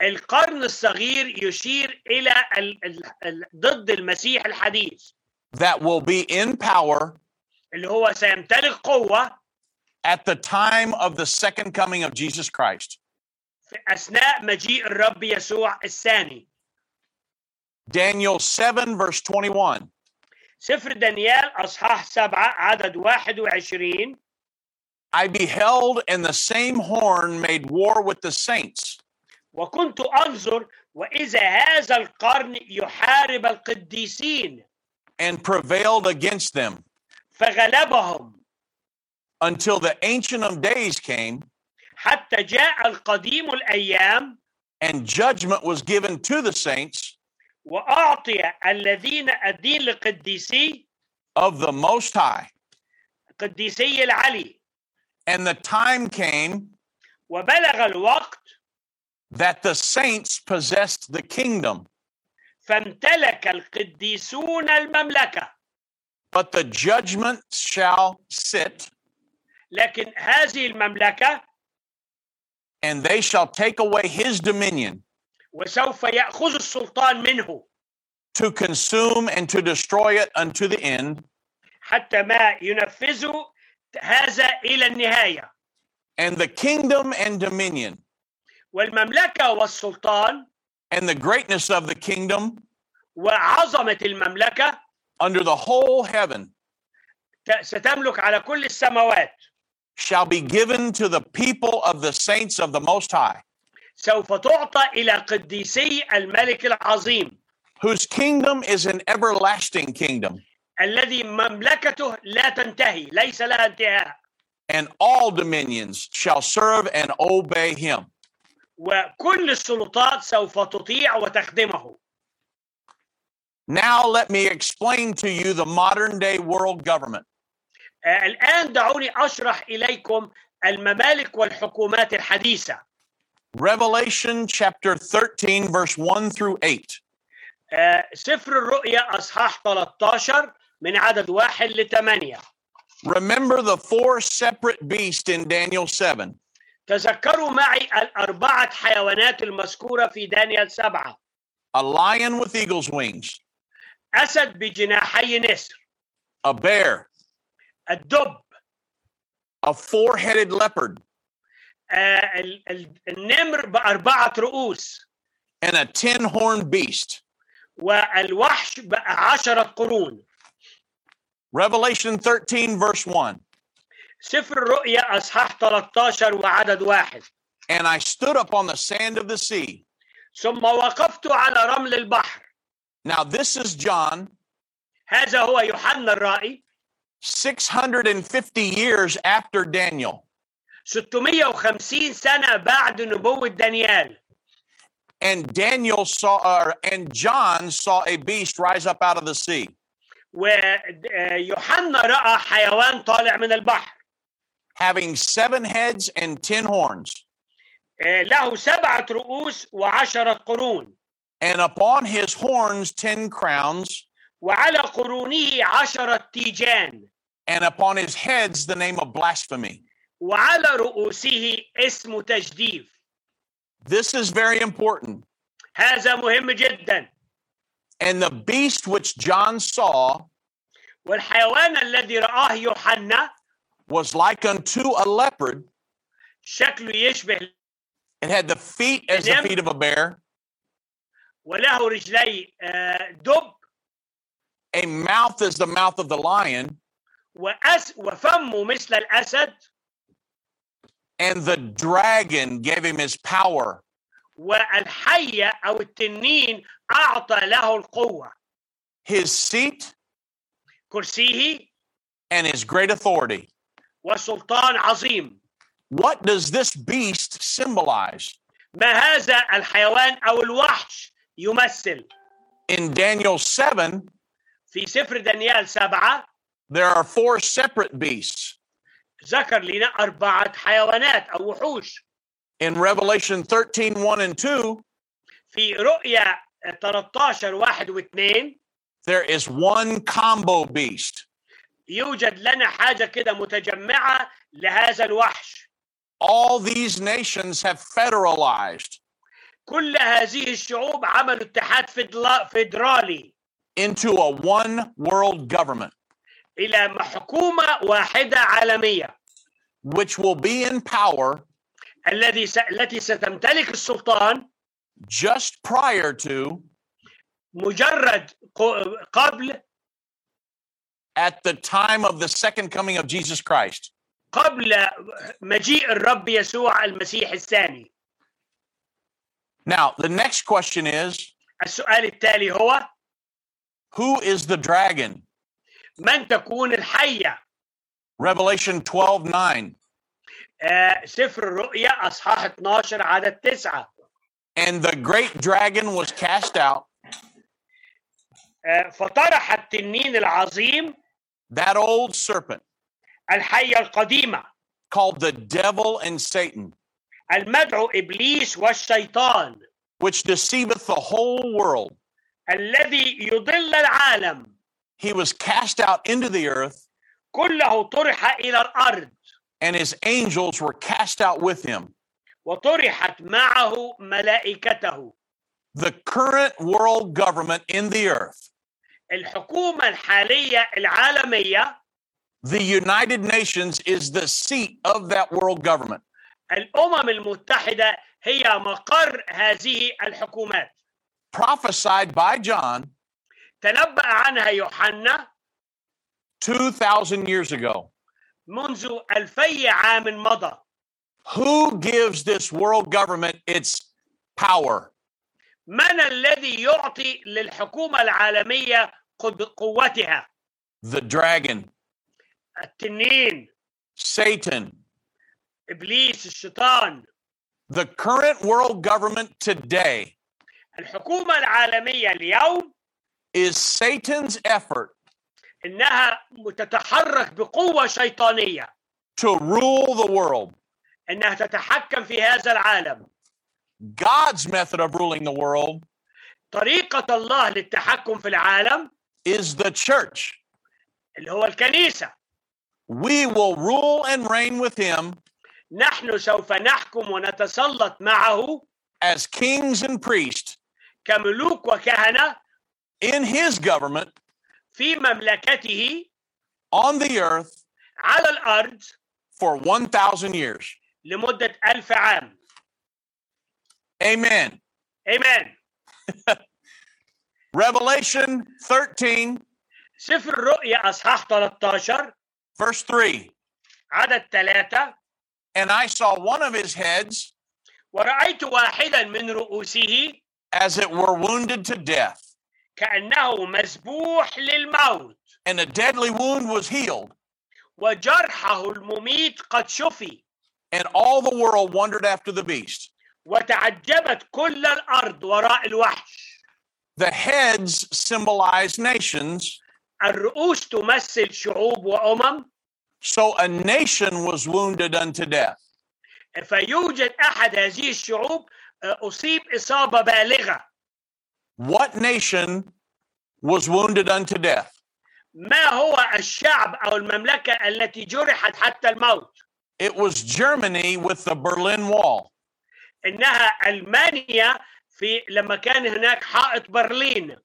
Speaker 3: القرن الصغير يشير الى ال ال ال ضد المسيح الحديث
Speaker 4: that will be in power
Speaker 3: اللي هو سيمتلك قوه
Speaker 4: at the time of the second coming of Jesus Christ.
Speaker 3: في اثناء مجيء الرب يسوع الثاني
Speaker 4: Daniel 7, verse 21.
Speaker 3: سفر دانيال اصحاح سبعة عدد 21
Speaker 4: I beheld, and the same horn made war with the saints,
Speaker 3: وكنت انظر واذا هذا القرن يحارب القديسين
Speaker 4: and prevailed against them
Speaker 3: فغلبهم
Speaker 4: until the Ancient of Days came,
Speaker 3: حتى جاء القديم الايام
Speaker 4: and judgment was given to the saints
Speaker 3: واعطي الذين الدين لقديسي
Speaker 4: of the Most High.
Speaker 3: قديسي العلي
Speaker 4: And the time came
Speaker 3: وبلغ الوقت
Speaker 4: that the saints possessed the kingdom,
Speaker 3: فامتلك القديسون المملكه
Speaker 4: but the judgment shall sit,
Speaker 3: لكن هذه المملكه
Speaker 4: and they shall take away his dominion.
Speaker 3: وسوف ياخذ السلطان منه
Speaker 4: to consume and to destroy it unto the end,
Speaker 3: حتى ما ينفذوا هذا الى النهايه
Speaker 4: and the kingdom and dominion,
Speaker 3: والمملكه والسلطان
Speaker 4: and the greatness of the kingdom
Speaker 3: وعظمه المملكه
Speaker 4: under the whole heaven
Speaker 3: ت- ستملك على كل السماوات
Speaker 4: shall be given to the people of the saints of the Most High,
Speaker 3: سوف تعطى الى قديسي الملك العظيم
Speaker 4: whose kingdom is an everlasting kingdom,
Speaker 3: الذي مملكته لا تنتهي ليس لها انتهاء
Speaker 4: and all dominions shall serve and obey him.
Speaker 3: وكل السلطات سوف تطيع وتخدمه
Speaker 4: Now let me explain to you the modern day world government.
Speaker 3: آه، الان دعوني اشرح اليكم الممالك والحكومات الحديثه
Speaker 4: Revelation chapter 13, verse 1 through 8.
Speaker 3: آه، سفر الرؤيا اصحاح 13 من عدد واحد لثمانية
Speaker 4: Remember the four separate beasts in Daniel 7.
Speaker 3: تذكروا معي الأربعة حيوانات المذكورة في دانيال سبعة
Speaker 4: a lion with eagle's wings,
Speaker 3: أسد بجناحي نسر
Speaker 4: a bear,
Speaker 3: الدب
Speaker 4: a four headed leopard,
Speaker 3: آه، ال- ال- النمر بأربعة رؤوس
Speaker 4: and a ten horned beast.
Speaker 3: والوحش بعشرة قرون
Speaker 4: Revelation 13, verse 1.
Speaker 3: سفر الرؤيا أصحاح 13 وعدد واحد
Speaker 4: And I stood upon the sand of the sea.
Speaker 3: ثم وقفت على رمل البحر
Speaker 4: Now, this is John,
Speaker 3: هذا هو يوحنا الرائي
Speaker 4: 650 years after Daniel.
Speaker 3: 650 سنة بعد نبوة دانيال
Speaker 4: And Daniel saw, or, and John saw a beast rise up out of the sea.
Speaker 3: ويوحنا رأى حيوان طالع من البحر
Speaker 4: Having seven heads and ten horns,
Speaker 3: آه، له سبعة رؤوس وعشرة قرون
Speaker 4: and upon his horns ten crowns,
Speaker 3: وعلى قرونه عشرة تيجان
Speaker 4: and upon his heads the name of blasphemy.
Speaker 3: وعلى رؤوسه اسم تجديف
Speaker 4: This is very important.
Speaker 3: هذا مهم جدا
Speaker 4: And the beast which John saw
Speaker 3: والحيوان الذي رآه يوحنا
Speaker 4: was like unto a leopard.
Speaker 3: شكله يشبه
Speaker 4: It had the feet as the
Speaker 3: Them-
Speaker 4: feet of a bear,
Speaker 3: وله رجلي آه، دب
Speaker 4: a mouth as the mouth of the lion,
Speaker 3: وأس وفمه مثل الأسد
Speaker 4: and the dragon gave him his power.
Speaker 3: والحية أو التنين أعطى له القوة
Speaker 4: his seat
Speaker 3: كرسيه
Speaker 4: and his great authority.
Speaker 3: وسلطان عظيم
Speaker 4: What does this beast symbolize?
Speaker 3: ما هذا الحيوان أو الوحش يمثل
Speaker 4: In Daniel 7,
Speaker 3: في سفر دانيال سبعة
Speaker 4: there are four separate beasts.
Speaker 3: ذكر لنا أربعة حيوانات أو وحوش
Speaker 4: In Revelation 13, 1 and 2,
Speaker 3: في رؤيا 13 واحد واثنين
Speaker 4: there is one combo beast.
Speaker 3: يوجد لنا حاجة كده متجمعة لهذا الوحش
Speaker 4: All these nations have federalized
Speaker 3: كل هذه الشعوب عملوا اتحاد فدلا- فيدرالي
Speaker 4: into a one world government,
Speaker 3: إلى حكومة واحدة عالمية
Speaker 4: which will be in power
Speaker 3: الذي س... التي ستمتلك السلطان
Speaker 4: just prior to,
Speaker 3: مجرد ق- قبل
Speaker 4: at the time of the second coming of Jesus Christ.
Speaker 3: قبل مجيء الرب يسوع المسيح الثاني
Speaker 4: Now, the next question is
Speaker 3: السؤال التالي هو
Speaker 4: who is the dragon?
Speaker 3: من تكون الحية
Speaker 4: Revelation 12 9.
Speaker 3: آه، سفر الرؤيا أصحاح 12 عدد 9
Speaker 4: And the great dragon was cast out,
Speaker 3: آه، فطرح التنين العظيم
Speaker 4: that old serpent
Speaker 3: الحية القديمة
Speaker 4: called the devil and Satan,
Speaker 3: المدعو إبليس والشيطان
Speaker 4: which deceiveth the whole world.
Speaker 3: الذي يضل العالم
Speaker 4: He was cast out into the earth,
Speaker 3: كله طرح إلى الأرض
Speaker 4: and his angels were cast out with him.
Speaker 3: وطرحت معه ملائكته
Speaker 4: The current world government in the earth,
Speaker 3: الحكومة الحالية العالمية
Speaker 4: the United Nations, is the seat of that world government.
Speaker 3: الأمم المتحدة هي مقر هذه الحكومات
Speaker 4: Prophesied by John
Speaker 3: تنبأ عنها يوحنا
Speaker 4: 2,000 years ago.
Speaker 3: منذ ألفي عام مضى
Speaker 4: Who gives this world government its power?
Speaker 3: من الذي يعطي للحكومة العالمية قد- قوتها
Speaker 4: The dragon.
Speaker 3: التنين
Speaker 4: Satan,
Speaker 3: إبليس الشيطان
Speaker 4: the current world government today
Speaker 3: الحكومة العالمية اليوم
Speaker 4: is Satan's effort
Speaker 3: إنها تتحرك بقوة شيطانية
Speaker 4: to rule the world.
Speaker 3: إنها تتحكم في هذا العالم
Speaker 4: God's method of ruling the world
Speaker 3: طريقة الله للتحكم في العالم
Speaker 4: is the church.
Speaker 3: اللي هو الكنيسة
Speaker 4: We will rule and reign with him
Speaker 3: نحن سوف نحكم ونتسلط معه
Speaker 4: as kings and priests
Speaker 3: كملوك وكهنة
Speaker 4: in his government
Speaker 3: في مملكته
Speaker 4: on the earth
Speaker 3: على الأرض
Speaker 4: for 1,000 years.
Speaker 3: لمدة ألف عام
Speaker 4: Amen.
Speaker 3: إيمان
Speaker 4: Revelation 13,
Speaker 3: سفر الرؤيا أصحاح 13
Speaker 4: verse 3.
Speaker 3: عدد ثلاثة
Speaker 4: And I saw one of his heads
Speaker 3: ورأيت واحدا من رؤوسه
Speaker 4: as it were wounded to death.
Speaker 3: كأنه مذبوح للموت
Speaker 4: and a deadly wound was healed,
Speaker 3: وجرحه المميت قد شفي
Speaker 4: and all the world wondered after the beast.
Speaker 3: وتعجبت كل الأرض وراء الوحش
Speaker 4: The heads symbolize nations,
Speaker 3: الرؤوس تمثل شعوب وأمم
Speaker 4: so a nation was wounded unto death.
Speaker 3: فيوجد احد هذه الشعوب آه، اصيب اصابه بالغه
Speaker 4: What nation was wounded unto death?
Speaker 3: ما هو الشعب او المملكه التي جرحت حتى الموت
Speaker 4: It was Germany with the Berlin Wall.
Speaker 3: انها المانيا في لما كان هناك حائط برلين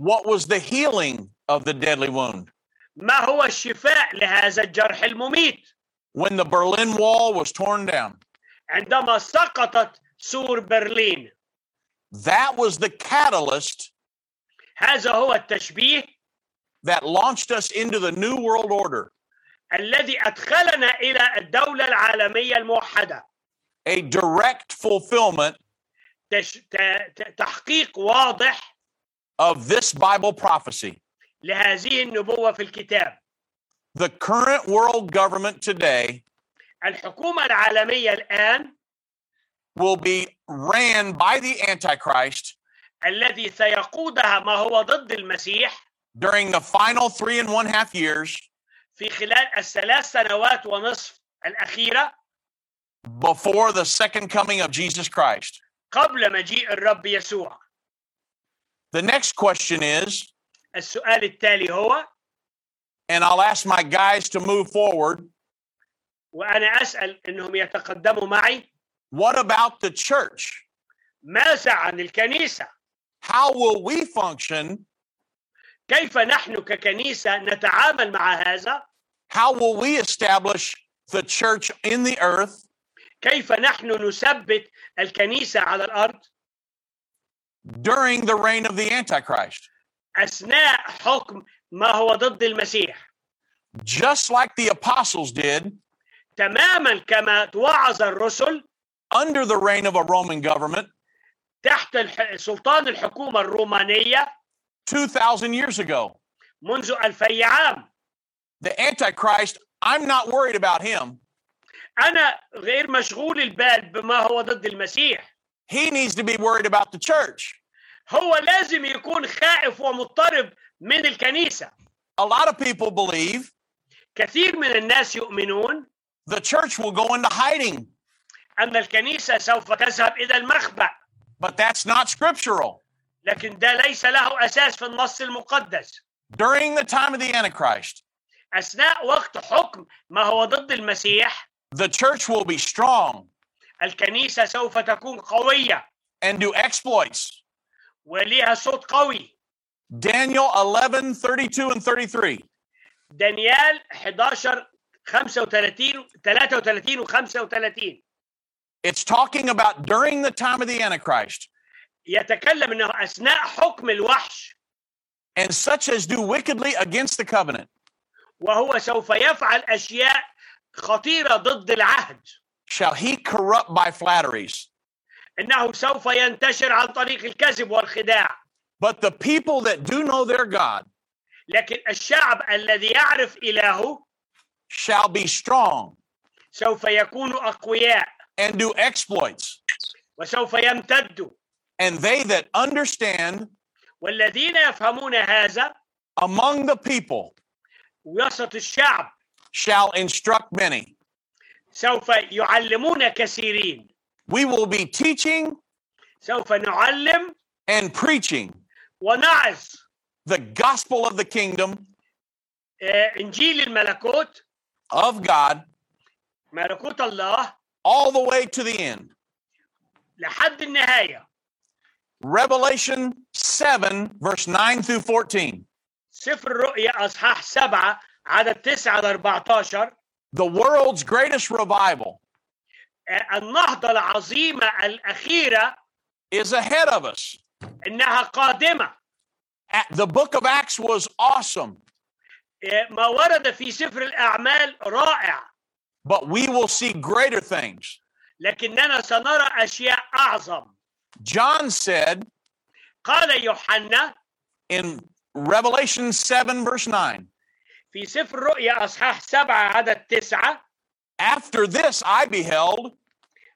Speaker 4: What was the healing of the deadly wound?
Speaker 3: ما هو الشفاء لهذا الجرح المميت
Speaker 4: When the Berlin Wall was torn down,
Speaker 3: عندما سقطت سور برلين
Speaker 4: that was the catalyst
Speaker 3: هذا هو التشبيه
Speaker 4: that launched us into the New World Order,
Speaker 3: الذي ادخلنا الى الدوله العالميه الموحده
Speaker 4: a direct fulfillment
Speaker 3: تش... ت... ت- تحقيق واضح
Speaker 4: of this Bible prophecy.
Speaker 3: لهذه النبوه في الكتاب
Speaker 4: The current world government today
Speaker 3: الحكومه العالميه الان
Speaker 4: will be ran by the Antichrist
Speaker 3: الذي سيقودها ما هو ضد المسيح
Speaker 4: during the final three and one half years
Speaker 3: في خلال الثلاث سنوات ونصف الاخيره
Speaker 4: before the second coming of Jesus Christ.
Speaker 3: قبل مجيء الرب يسوع
Speaker 4: The next question is,
Speaker 3: السؤال التالي هو
Speaker 4: and I'll ask my guys to move forward
Speaker 3: وانا اسال انهم يتقدموا معي
Speaker 4: what about the church?
Speaker 3: ماذا عن الكنيسه
Speaker 4: How will we function?
Speaker 3: كيف نحن ككنيسه نتعامل مع هذا
Speaker 4: How will we establish the church in the earth?
Speaker 3: كيف نحن نثبت الكنيسه على الارض
Speaker 4: during the reign of the Antichrist.
Speaker 3: اثناء حكم ما هو ضد المسيح
Speaker 4: Just like the apostles did
Speaker 3: تماما كما توعظ الرسل
Speaker 4: under the reign of a Roman government
Speaker 3: تحت الح- سلطان الحكومه الرومانيه
Speaker 4: 2,000 years ago.
Speaker 3: منذ ألفي عام
Speaker 4: The Antichrist, I'm not worried about him.
Speaker 3: انا غير مشغول البال بما هو ضد المسيح
Speaker 4: He needs to be worried about the church.
Speaker 3: هو لازم يكون خائف ومضطرب من الكنيسة
Speaker 4: A lot of people believe
Speaker 3: كثير من الناس يؤمنون
Speaker 4: the church will go into hiding,
Speaker 3: أن الكنيسة سوف تذهب إلى المخبأ
Speaker 4: but that's not scriptural.
Speaker 3: لكن ده ليس له أساس في النص المقدس
Speaker 4: During the time of the Antichrist,
Speaker 3: أثناء وقت حكم ما هو ضد المسيح
Speaker 4: the church will be strong
Speaker 3: الكنيسة سوف تكون قوية
Speaker 4: and do exploits.
Speaker 3: وليها صوت قوي
Speaker 4: Daniel 11, 32, and 33.
Speaker 3: دانيال 11 35 33 و 35
Speaker 4: It's talking about during the time of the Antichrist.
Speaker 3: يتكلم انه اثناء حكم الوحش
Speaker 4: and such as do wickedly against the covenant
Speaker 3: وهو سوف يفعل اشياء خطيره ضد العهد
Speaker 4: shall he corrupt by flatteries.
Speaker 3: انه سوف ينتشر عن طريق الكذب والخداع
Speaker 4: But the people that do know their God
Speaker 3: لكن الشعب الذي يعرف الهه
Speaker 4: shall be strong
Speaker 3: سوف يكون اقوياء
Speaker 4: and do exploits.
Speaker 3: وسوف يمتدوا
Speaker 4: And they that understand
Speaker 3: والذين يفهمون هذا
Speaker 4: among the people
Speaker 3: وسط الشعب
Speaker 4: shall instruct many.
Speaker 3: سوف يعلمون كثيرين
Speaker 4: We will be teaching
Speaker 3: سوف نعلم
Speaker 4: and preaching
Speaker 3: ونعظ
Speaker 4: the gospel of the kingdom
Speaker 3: آه، انجيل الملكوت
Speaker 4: of God
Speaker 3: ملكوت الله
Speaker 4: all the way to the end.
Speaker 3: لحد النهايه
Speaker 4: Revelation 7, verse 9 through 14.
Speaker 3: سفر الرؤيا اصحاح 7 عدد 9 ل 14
Speaker 4: The world's greatest revival
Speaker 3: آه، النهضه العظيمه الاخيره
Speaker 4: is ahead of us.
Speaker 3: انها قادمه
Speaker 4: A- The book of Acts was awesome,
Speaker 3: آه، ما ورد في سفر الاعمال رائع
Speaker 4: but we will see greater things.
Speaker 3: لكننا سنرى اشياء اعظم
Speaker 4: John said
Speaker 3: قال يوحنا
Speaker 4: in Revelation 7, verse 9,
Speaker 3: في سفر الرؤيا اصحاح 7 عدد 9
Speaker 4: After this I beheld,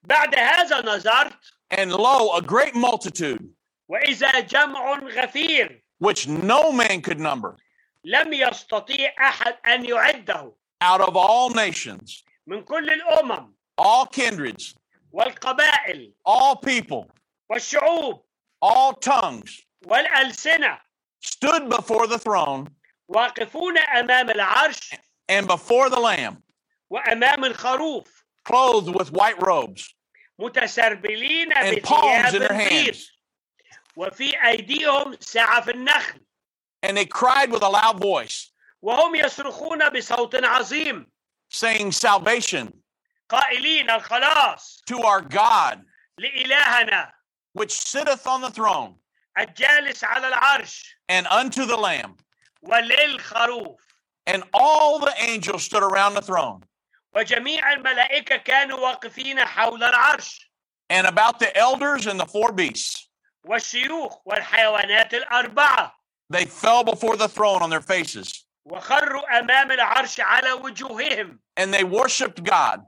Speaker 3: بعد هذا نظرت
Speaker 4: and lo, a great multitude,
Speaker 3: واذا جمع غفير
Speaker 4: which no man could number,
Speaker 3: لم يستطيع احد ان يعده
Speaker 4: out of all nations,
Speaker 3: من كل الامم
Speaker 4: all kindreds,
Speaker 3: والقبائل
Speaker 4: all people,
Speaker 3: والشعوب
Speaker 4: all tongues
Speaker 3: والألسنة
Speaker 4: stood before the throne
Speaker 3: واقفون أمام العرش
Speaker 4: and before the Lamb,
Speaker 3: وأمام الخروف
Speaker 4: clothed with white robes
Speaker 3: متسربلين
Speaker 4: and palms in
Speaker 3: بثياب
Speaker 4: their
Speaker 3: الطير
Speaker 4: hands.
Speaker 3: وفي أيديهم سعف النخل
Speaker 4: And they cried with a loud voice,
Speaker 3: وهم يصرخون بصوت عظيم
Speaker 4: saying, Salvation
Speaker 3: قائلين الخلاص
Speaker 4: to our God,
Speaker 3: لإلهنا
Speaker 4: which sitteth on the throne,
Speaker 3: الجالس على العرش
Speaker 4: and unto the Lamb.
Speaker 3: وللخروف
Speaker 4: And all the angels stood around the throne,
Speaker 3: وجميع الملائكة كانوا واقفين حول العرش
Speaker 4: and about the elders and the four beasts.
Speaker 3: والشيوخ والحيوانات الأربعة
Speaker 4: They fell before the throne on their faces,
Speaker 3: وخروا أمام العرش على وجوههم
Speaker 4: and they worshiped God,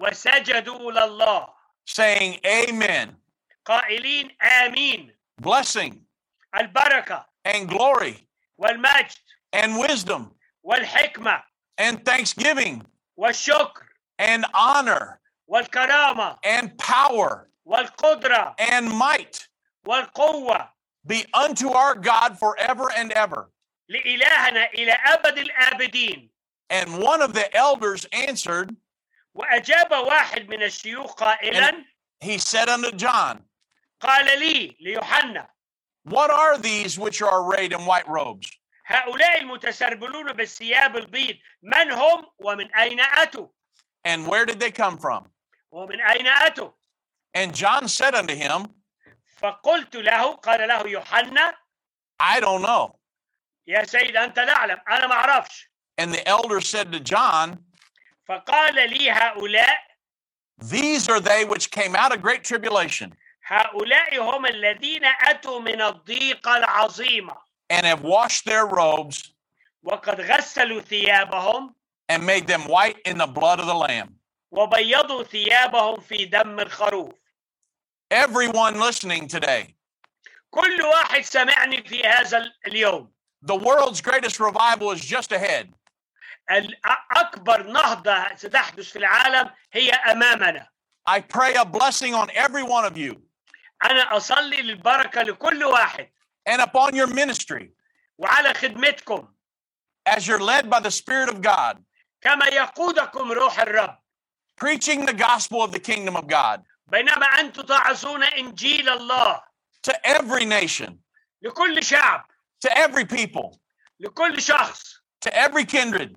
Speaker 3: وسجدوا لله
Speaker 4: saying, Amen.
Speaker 3: قائلين آمين
Speaker 4: Blessing
Speaker 3: البركة
Speaker 4: and glory
Speaker 3: والمجد
Speaker 4: and wisdom
Speaker 3: والحكمة
Speaker 4: and thanksgiving
Speaker 3: والشكر
Speaker 4: and honor
Speaker 3: والكرامة
Speaker 4: and power
Speaker 3: والقدرة
Speaker 4: and might
Speaker 3: والقوة
Speaker 4: be unto our God forever and ever.
Speaker 3: لإلهنا إلى أبد الآبدين
Speaker 4: And one of the elders answered,
Speaker 3: وأجاب واحد من الشيوخ قائلا
Speaker 4: He said unto John,
Speaker 3: قال لي ليوحنا
Speaker 4: What are these which are arrayed in white robes?
Speaker 3: هؤلاء المتسربلون بالثياب البيض من هم ومن أين أتوا
Speaker 4: And where did they come from?
Speaker 3: ومن أين أتوا
Speaker 4: And John said unto him,
Speaker 3: فقلت له قال له يوحنا
Speaker 4: I don't know.
Speaker 3: يا سيد أنت لا أعلم أنا ما أعرفش
Speaker 4: And the elder said to John,
Speaker 3: فقال لي هؤلاء
Speaker 4: These are they which came out of great tribulation
Speaker 3: هؤلاء هم الذين أتوا من الضيقة العظيمة
Speaker 4: and have washed their robes
Speaker 3: وقد غسلوا ثيابهم
Speaker 4: and made them white in the blood of the Lamb.
Speaker 3: وبيضوا ثيابهم في دم الخروف
Speaker 4: Everyone listening today,
Speaker 3: كل واحد سمعني في هذا ال- اليوم
Speaker 4: the world's greatest revival is just ahead.
Speaker 3: ال- أ- أكبر نهضة ستحدث في العالم هي أمامنا
Speaker 4: I pray a blessing on every one of you
Speaker 3: أنا أصلي للبركة لكل واحد
Speaker 4: and upon your ministry
Speaker 3: وعلى خدمتكم
Speaker 4: as you're led by the Spirit of God,
Speaker 3: كما يقودكم روح الرب
Speaker 4: preaching the gospel of the kingdom of God
Speaker 3: بينما أنتم تعزون إنجيل الله
Speaker 4: to every nation,
Speaker 3: لكل شعب
Speaker 4: to every people,
Speaker 3: لكل شخص
Speaker 4: to every kindred,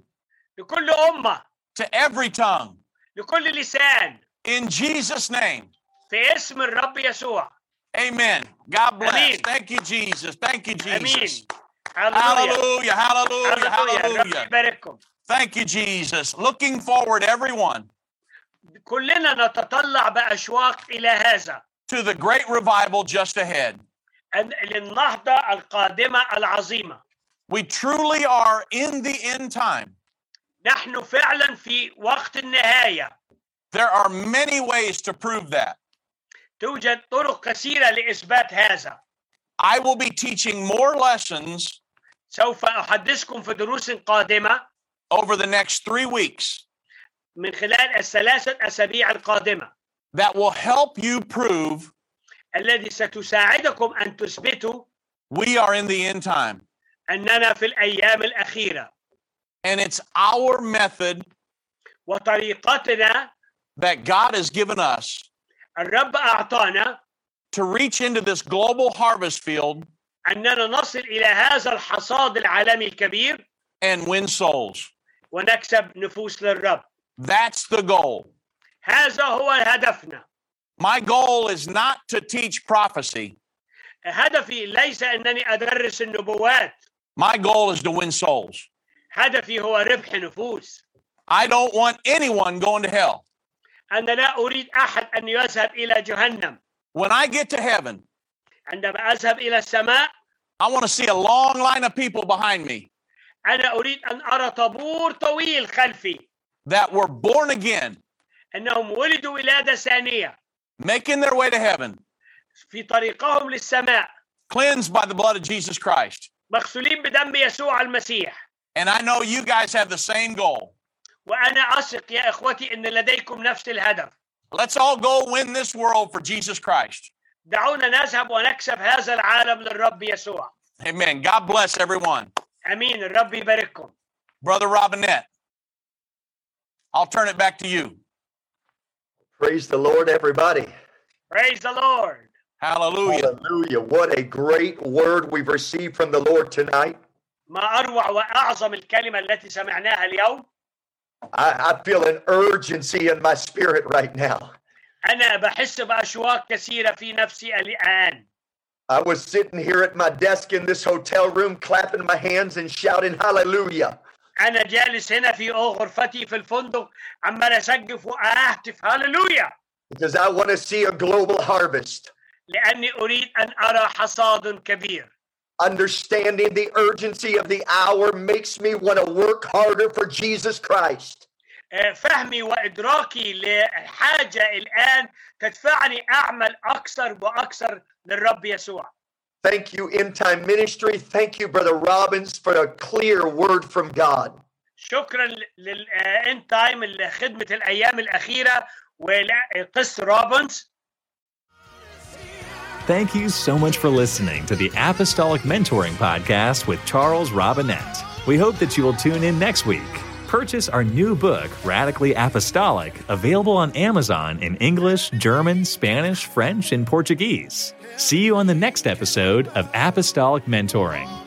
Speaker 3: لكل أمة
Speaker 4: to every tongue.
Speaker 3: لكل لسان
Speaker 4: In Jesus' name,
Speaker 3: في اسم الرب يسوع
Speaker 4: amen. God bless.
Speaker 3: Amen.
Speaker 4: Thank you, Jesus. Thank you,
Speaker 3: امين
Speaker 4: Jesus.
Speaker 3: هللويا
Speaker 4: Hallelujah. Hallelujah.
Speaker 3: هللويا
Speaker 4: Hallelujah.
Speaker 3: رب يبارككم
Speaker 4: Thank you, Jesus. Looking forward, everyone,
Speaker 3: كلنا نتطلع باشواق الى هذا
Speaker 4: to the great revival just ahead.
Speaker 3: أن- للنهضه القادمه العظيمه
Speaker 4: We truly are in the end time.
Speaker 3: نحن فعلا في وقت النهايه
Speaker 4: There are many ways to prove that.
Speaker 3: توجد طرق كثيره لاثبات هذا
Speaker 4: I will be teaching more lessons
Speaker 3: سوف احدثكم في دروس قادمه
Speaker 4: over the next three weeks
Speaker 3: من خلال الثلاثه اسابيع القادمه
Speaker 4: that will help you prove
Speaker 3: الذي ستساعدكم ان تثبتوا
Speaker 4: we are in the end time.
Speaker 3: اننا في الايام الاخيره
Speaker 4: And it's our method
Speaker 3: وطريقتنا
Speaker 4: that God has given us
Speaker 3: الرب اعطانا
Speaker 4: to reach into this global harvest field
Speaker 3: اننا نصل الى هذا الحصاد العالمي الكبير
Speaker 4: and win souls.
Speaker 3: ونكسب نفوس للرب
Speaker 4: That's the goal.
Speaker 3: هذا هو هدفنا
Speaker 4: My goal is not to teach prophecy.
Speaker 3: هدفي ليس انني ادرس النبوات
Speaker 4: My goal is to win souls.
Speaker 3: هدفي هو ربح نفوس
Speaker 4: I don't want anyone going to hell.
Speaker 3: انا لا اريد احد ان يذهب الى جهنم
Speaker 4: When I get to heaven,
Speaker 3: عندما اذهب الى السماء
Speaker 4: I want to see a long line of people behind me
Speaker 3: انا اريد ان ارى طابور طويل خلفي
Speaker 4: that were born again,
Speaker 3: انهم ولدوا ولاده ثانيه
Speaker 4: making their way to heaven,
Speaker 3: في طريقهم للسماء
Speaker 4: cleansed by the blood of Jesus Christ.
Speaker 3: مغسولين بدم يسوع المسيح
Speaker 4: And I know you guys have the same goal.
Speaker 3: وأنا أثق يا إخوتي أن لديكم نفس الهدف
Speaker 4: Let's all go win this world for Jesus Christ.
Speaker 3: دعونا نذهب ونكسب هذا العالم للرب يسوع
Speaker 4: Amen. God bless everyone.
Speaker 3: امين الرب يبارككم
Speaker 4: Brother Robinette, I'll turn it back to you.
Speaker 2: Praise the Lord, everybody.
Speaker 3: praise the lord
Speaker 4: Hallelujah.
Speaker 2: Hallelujah. What a great word we've received from the Lord tonight.
Speaker 3: ما اروع واعظم الكلمه التي سمعناها اليوم
Speaker 2: I, I feel an urgency in my spirit right now.
Speaker 3: انا بحس باشواق كثيره في نفسي الان
Speaker 2: I was sitting here at my desk in this hotel room, clapping my hands and shouting hallelujah.
Speaker 3: انا جالس هنا في غرفتي في الفندق عمال اسقف واهتف هللويا
Speaker 2: because I want to see a global harvest,
Speaker 3: لاني اريد ان ارى حصاد كبير
Speaker 2: understanding the urgency of the hour makes me want to work harder for Jesus Christ.
Speaker 3: آه، فهمي وادراكي للحاجه الان تدفعني اعمل اكثر واكثر للرب يسوع
Speaker 2: Thank you, End Time Ministry. Thank you, Brother Robbins, for a clear word from God.
Speaker 3: شكرا للان تايم لخدمه الايام الاخيره والقس آه، روبنز
Speaker 1: Thank you so much for listening to the Apostolic Mentoring Podcast with Charles Robinette. We hope that you will tune in next week. Purchase our new book, Radically Apostolic, available on Amazon in English, German, Spanish, French, and Portuguese. See you on the next episode of Apostolic Mentoring.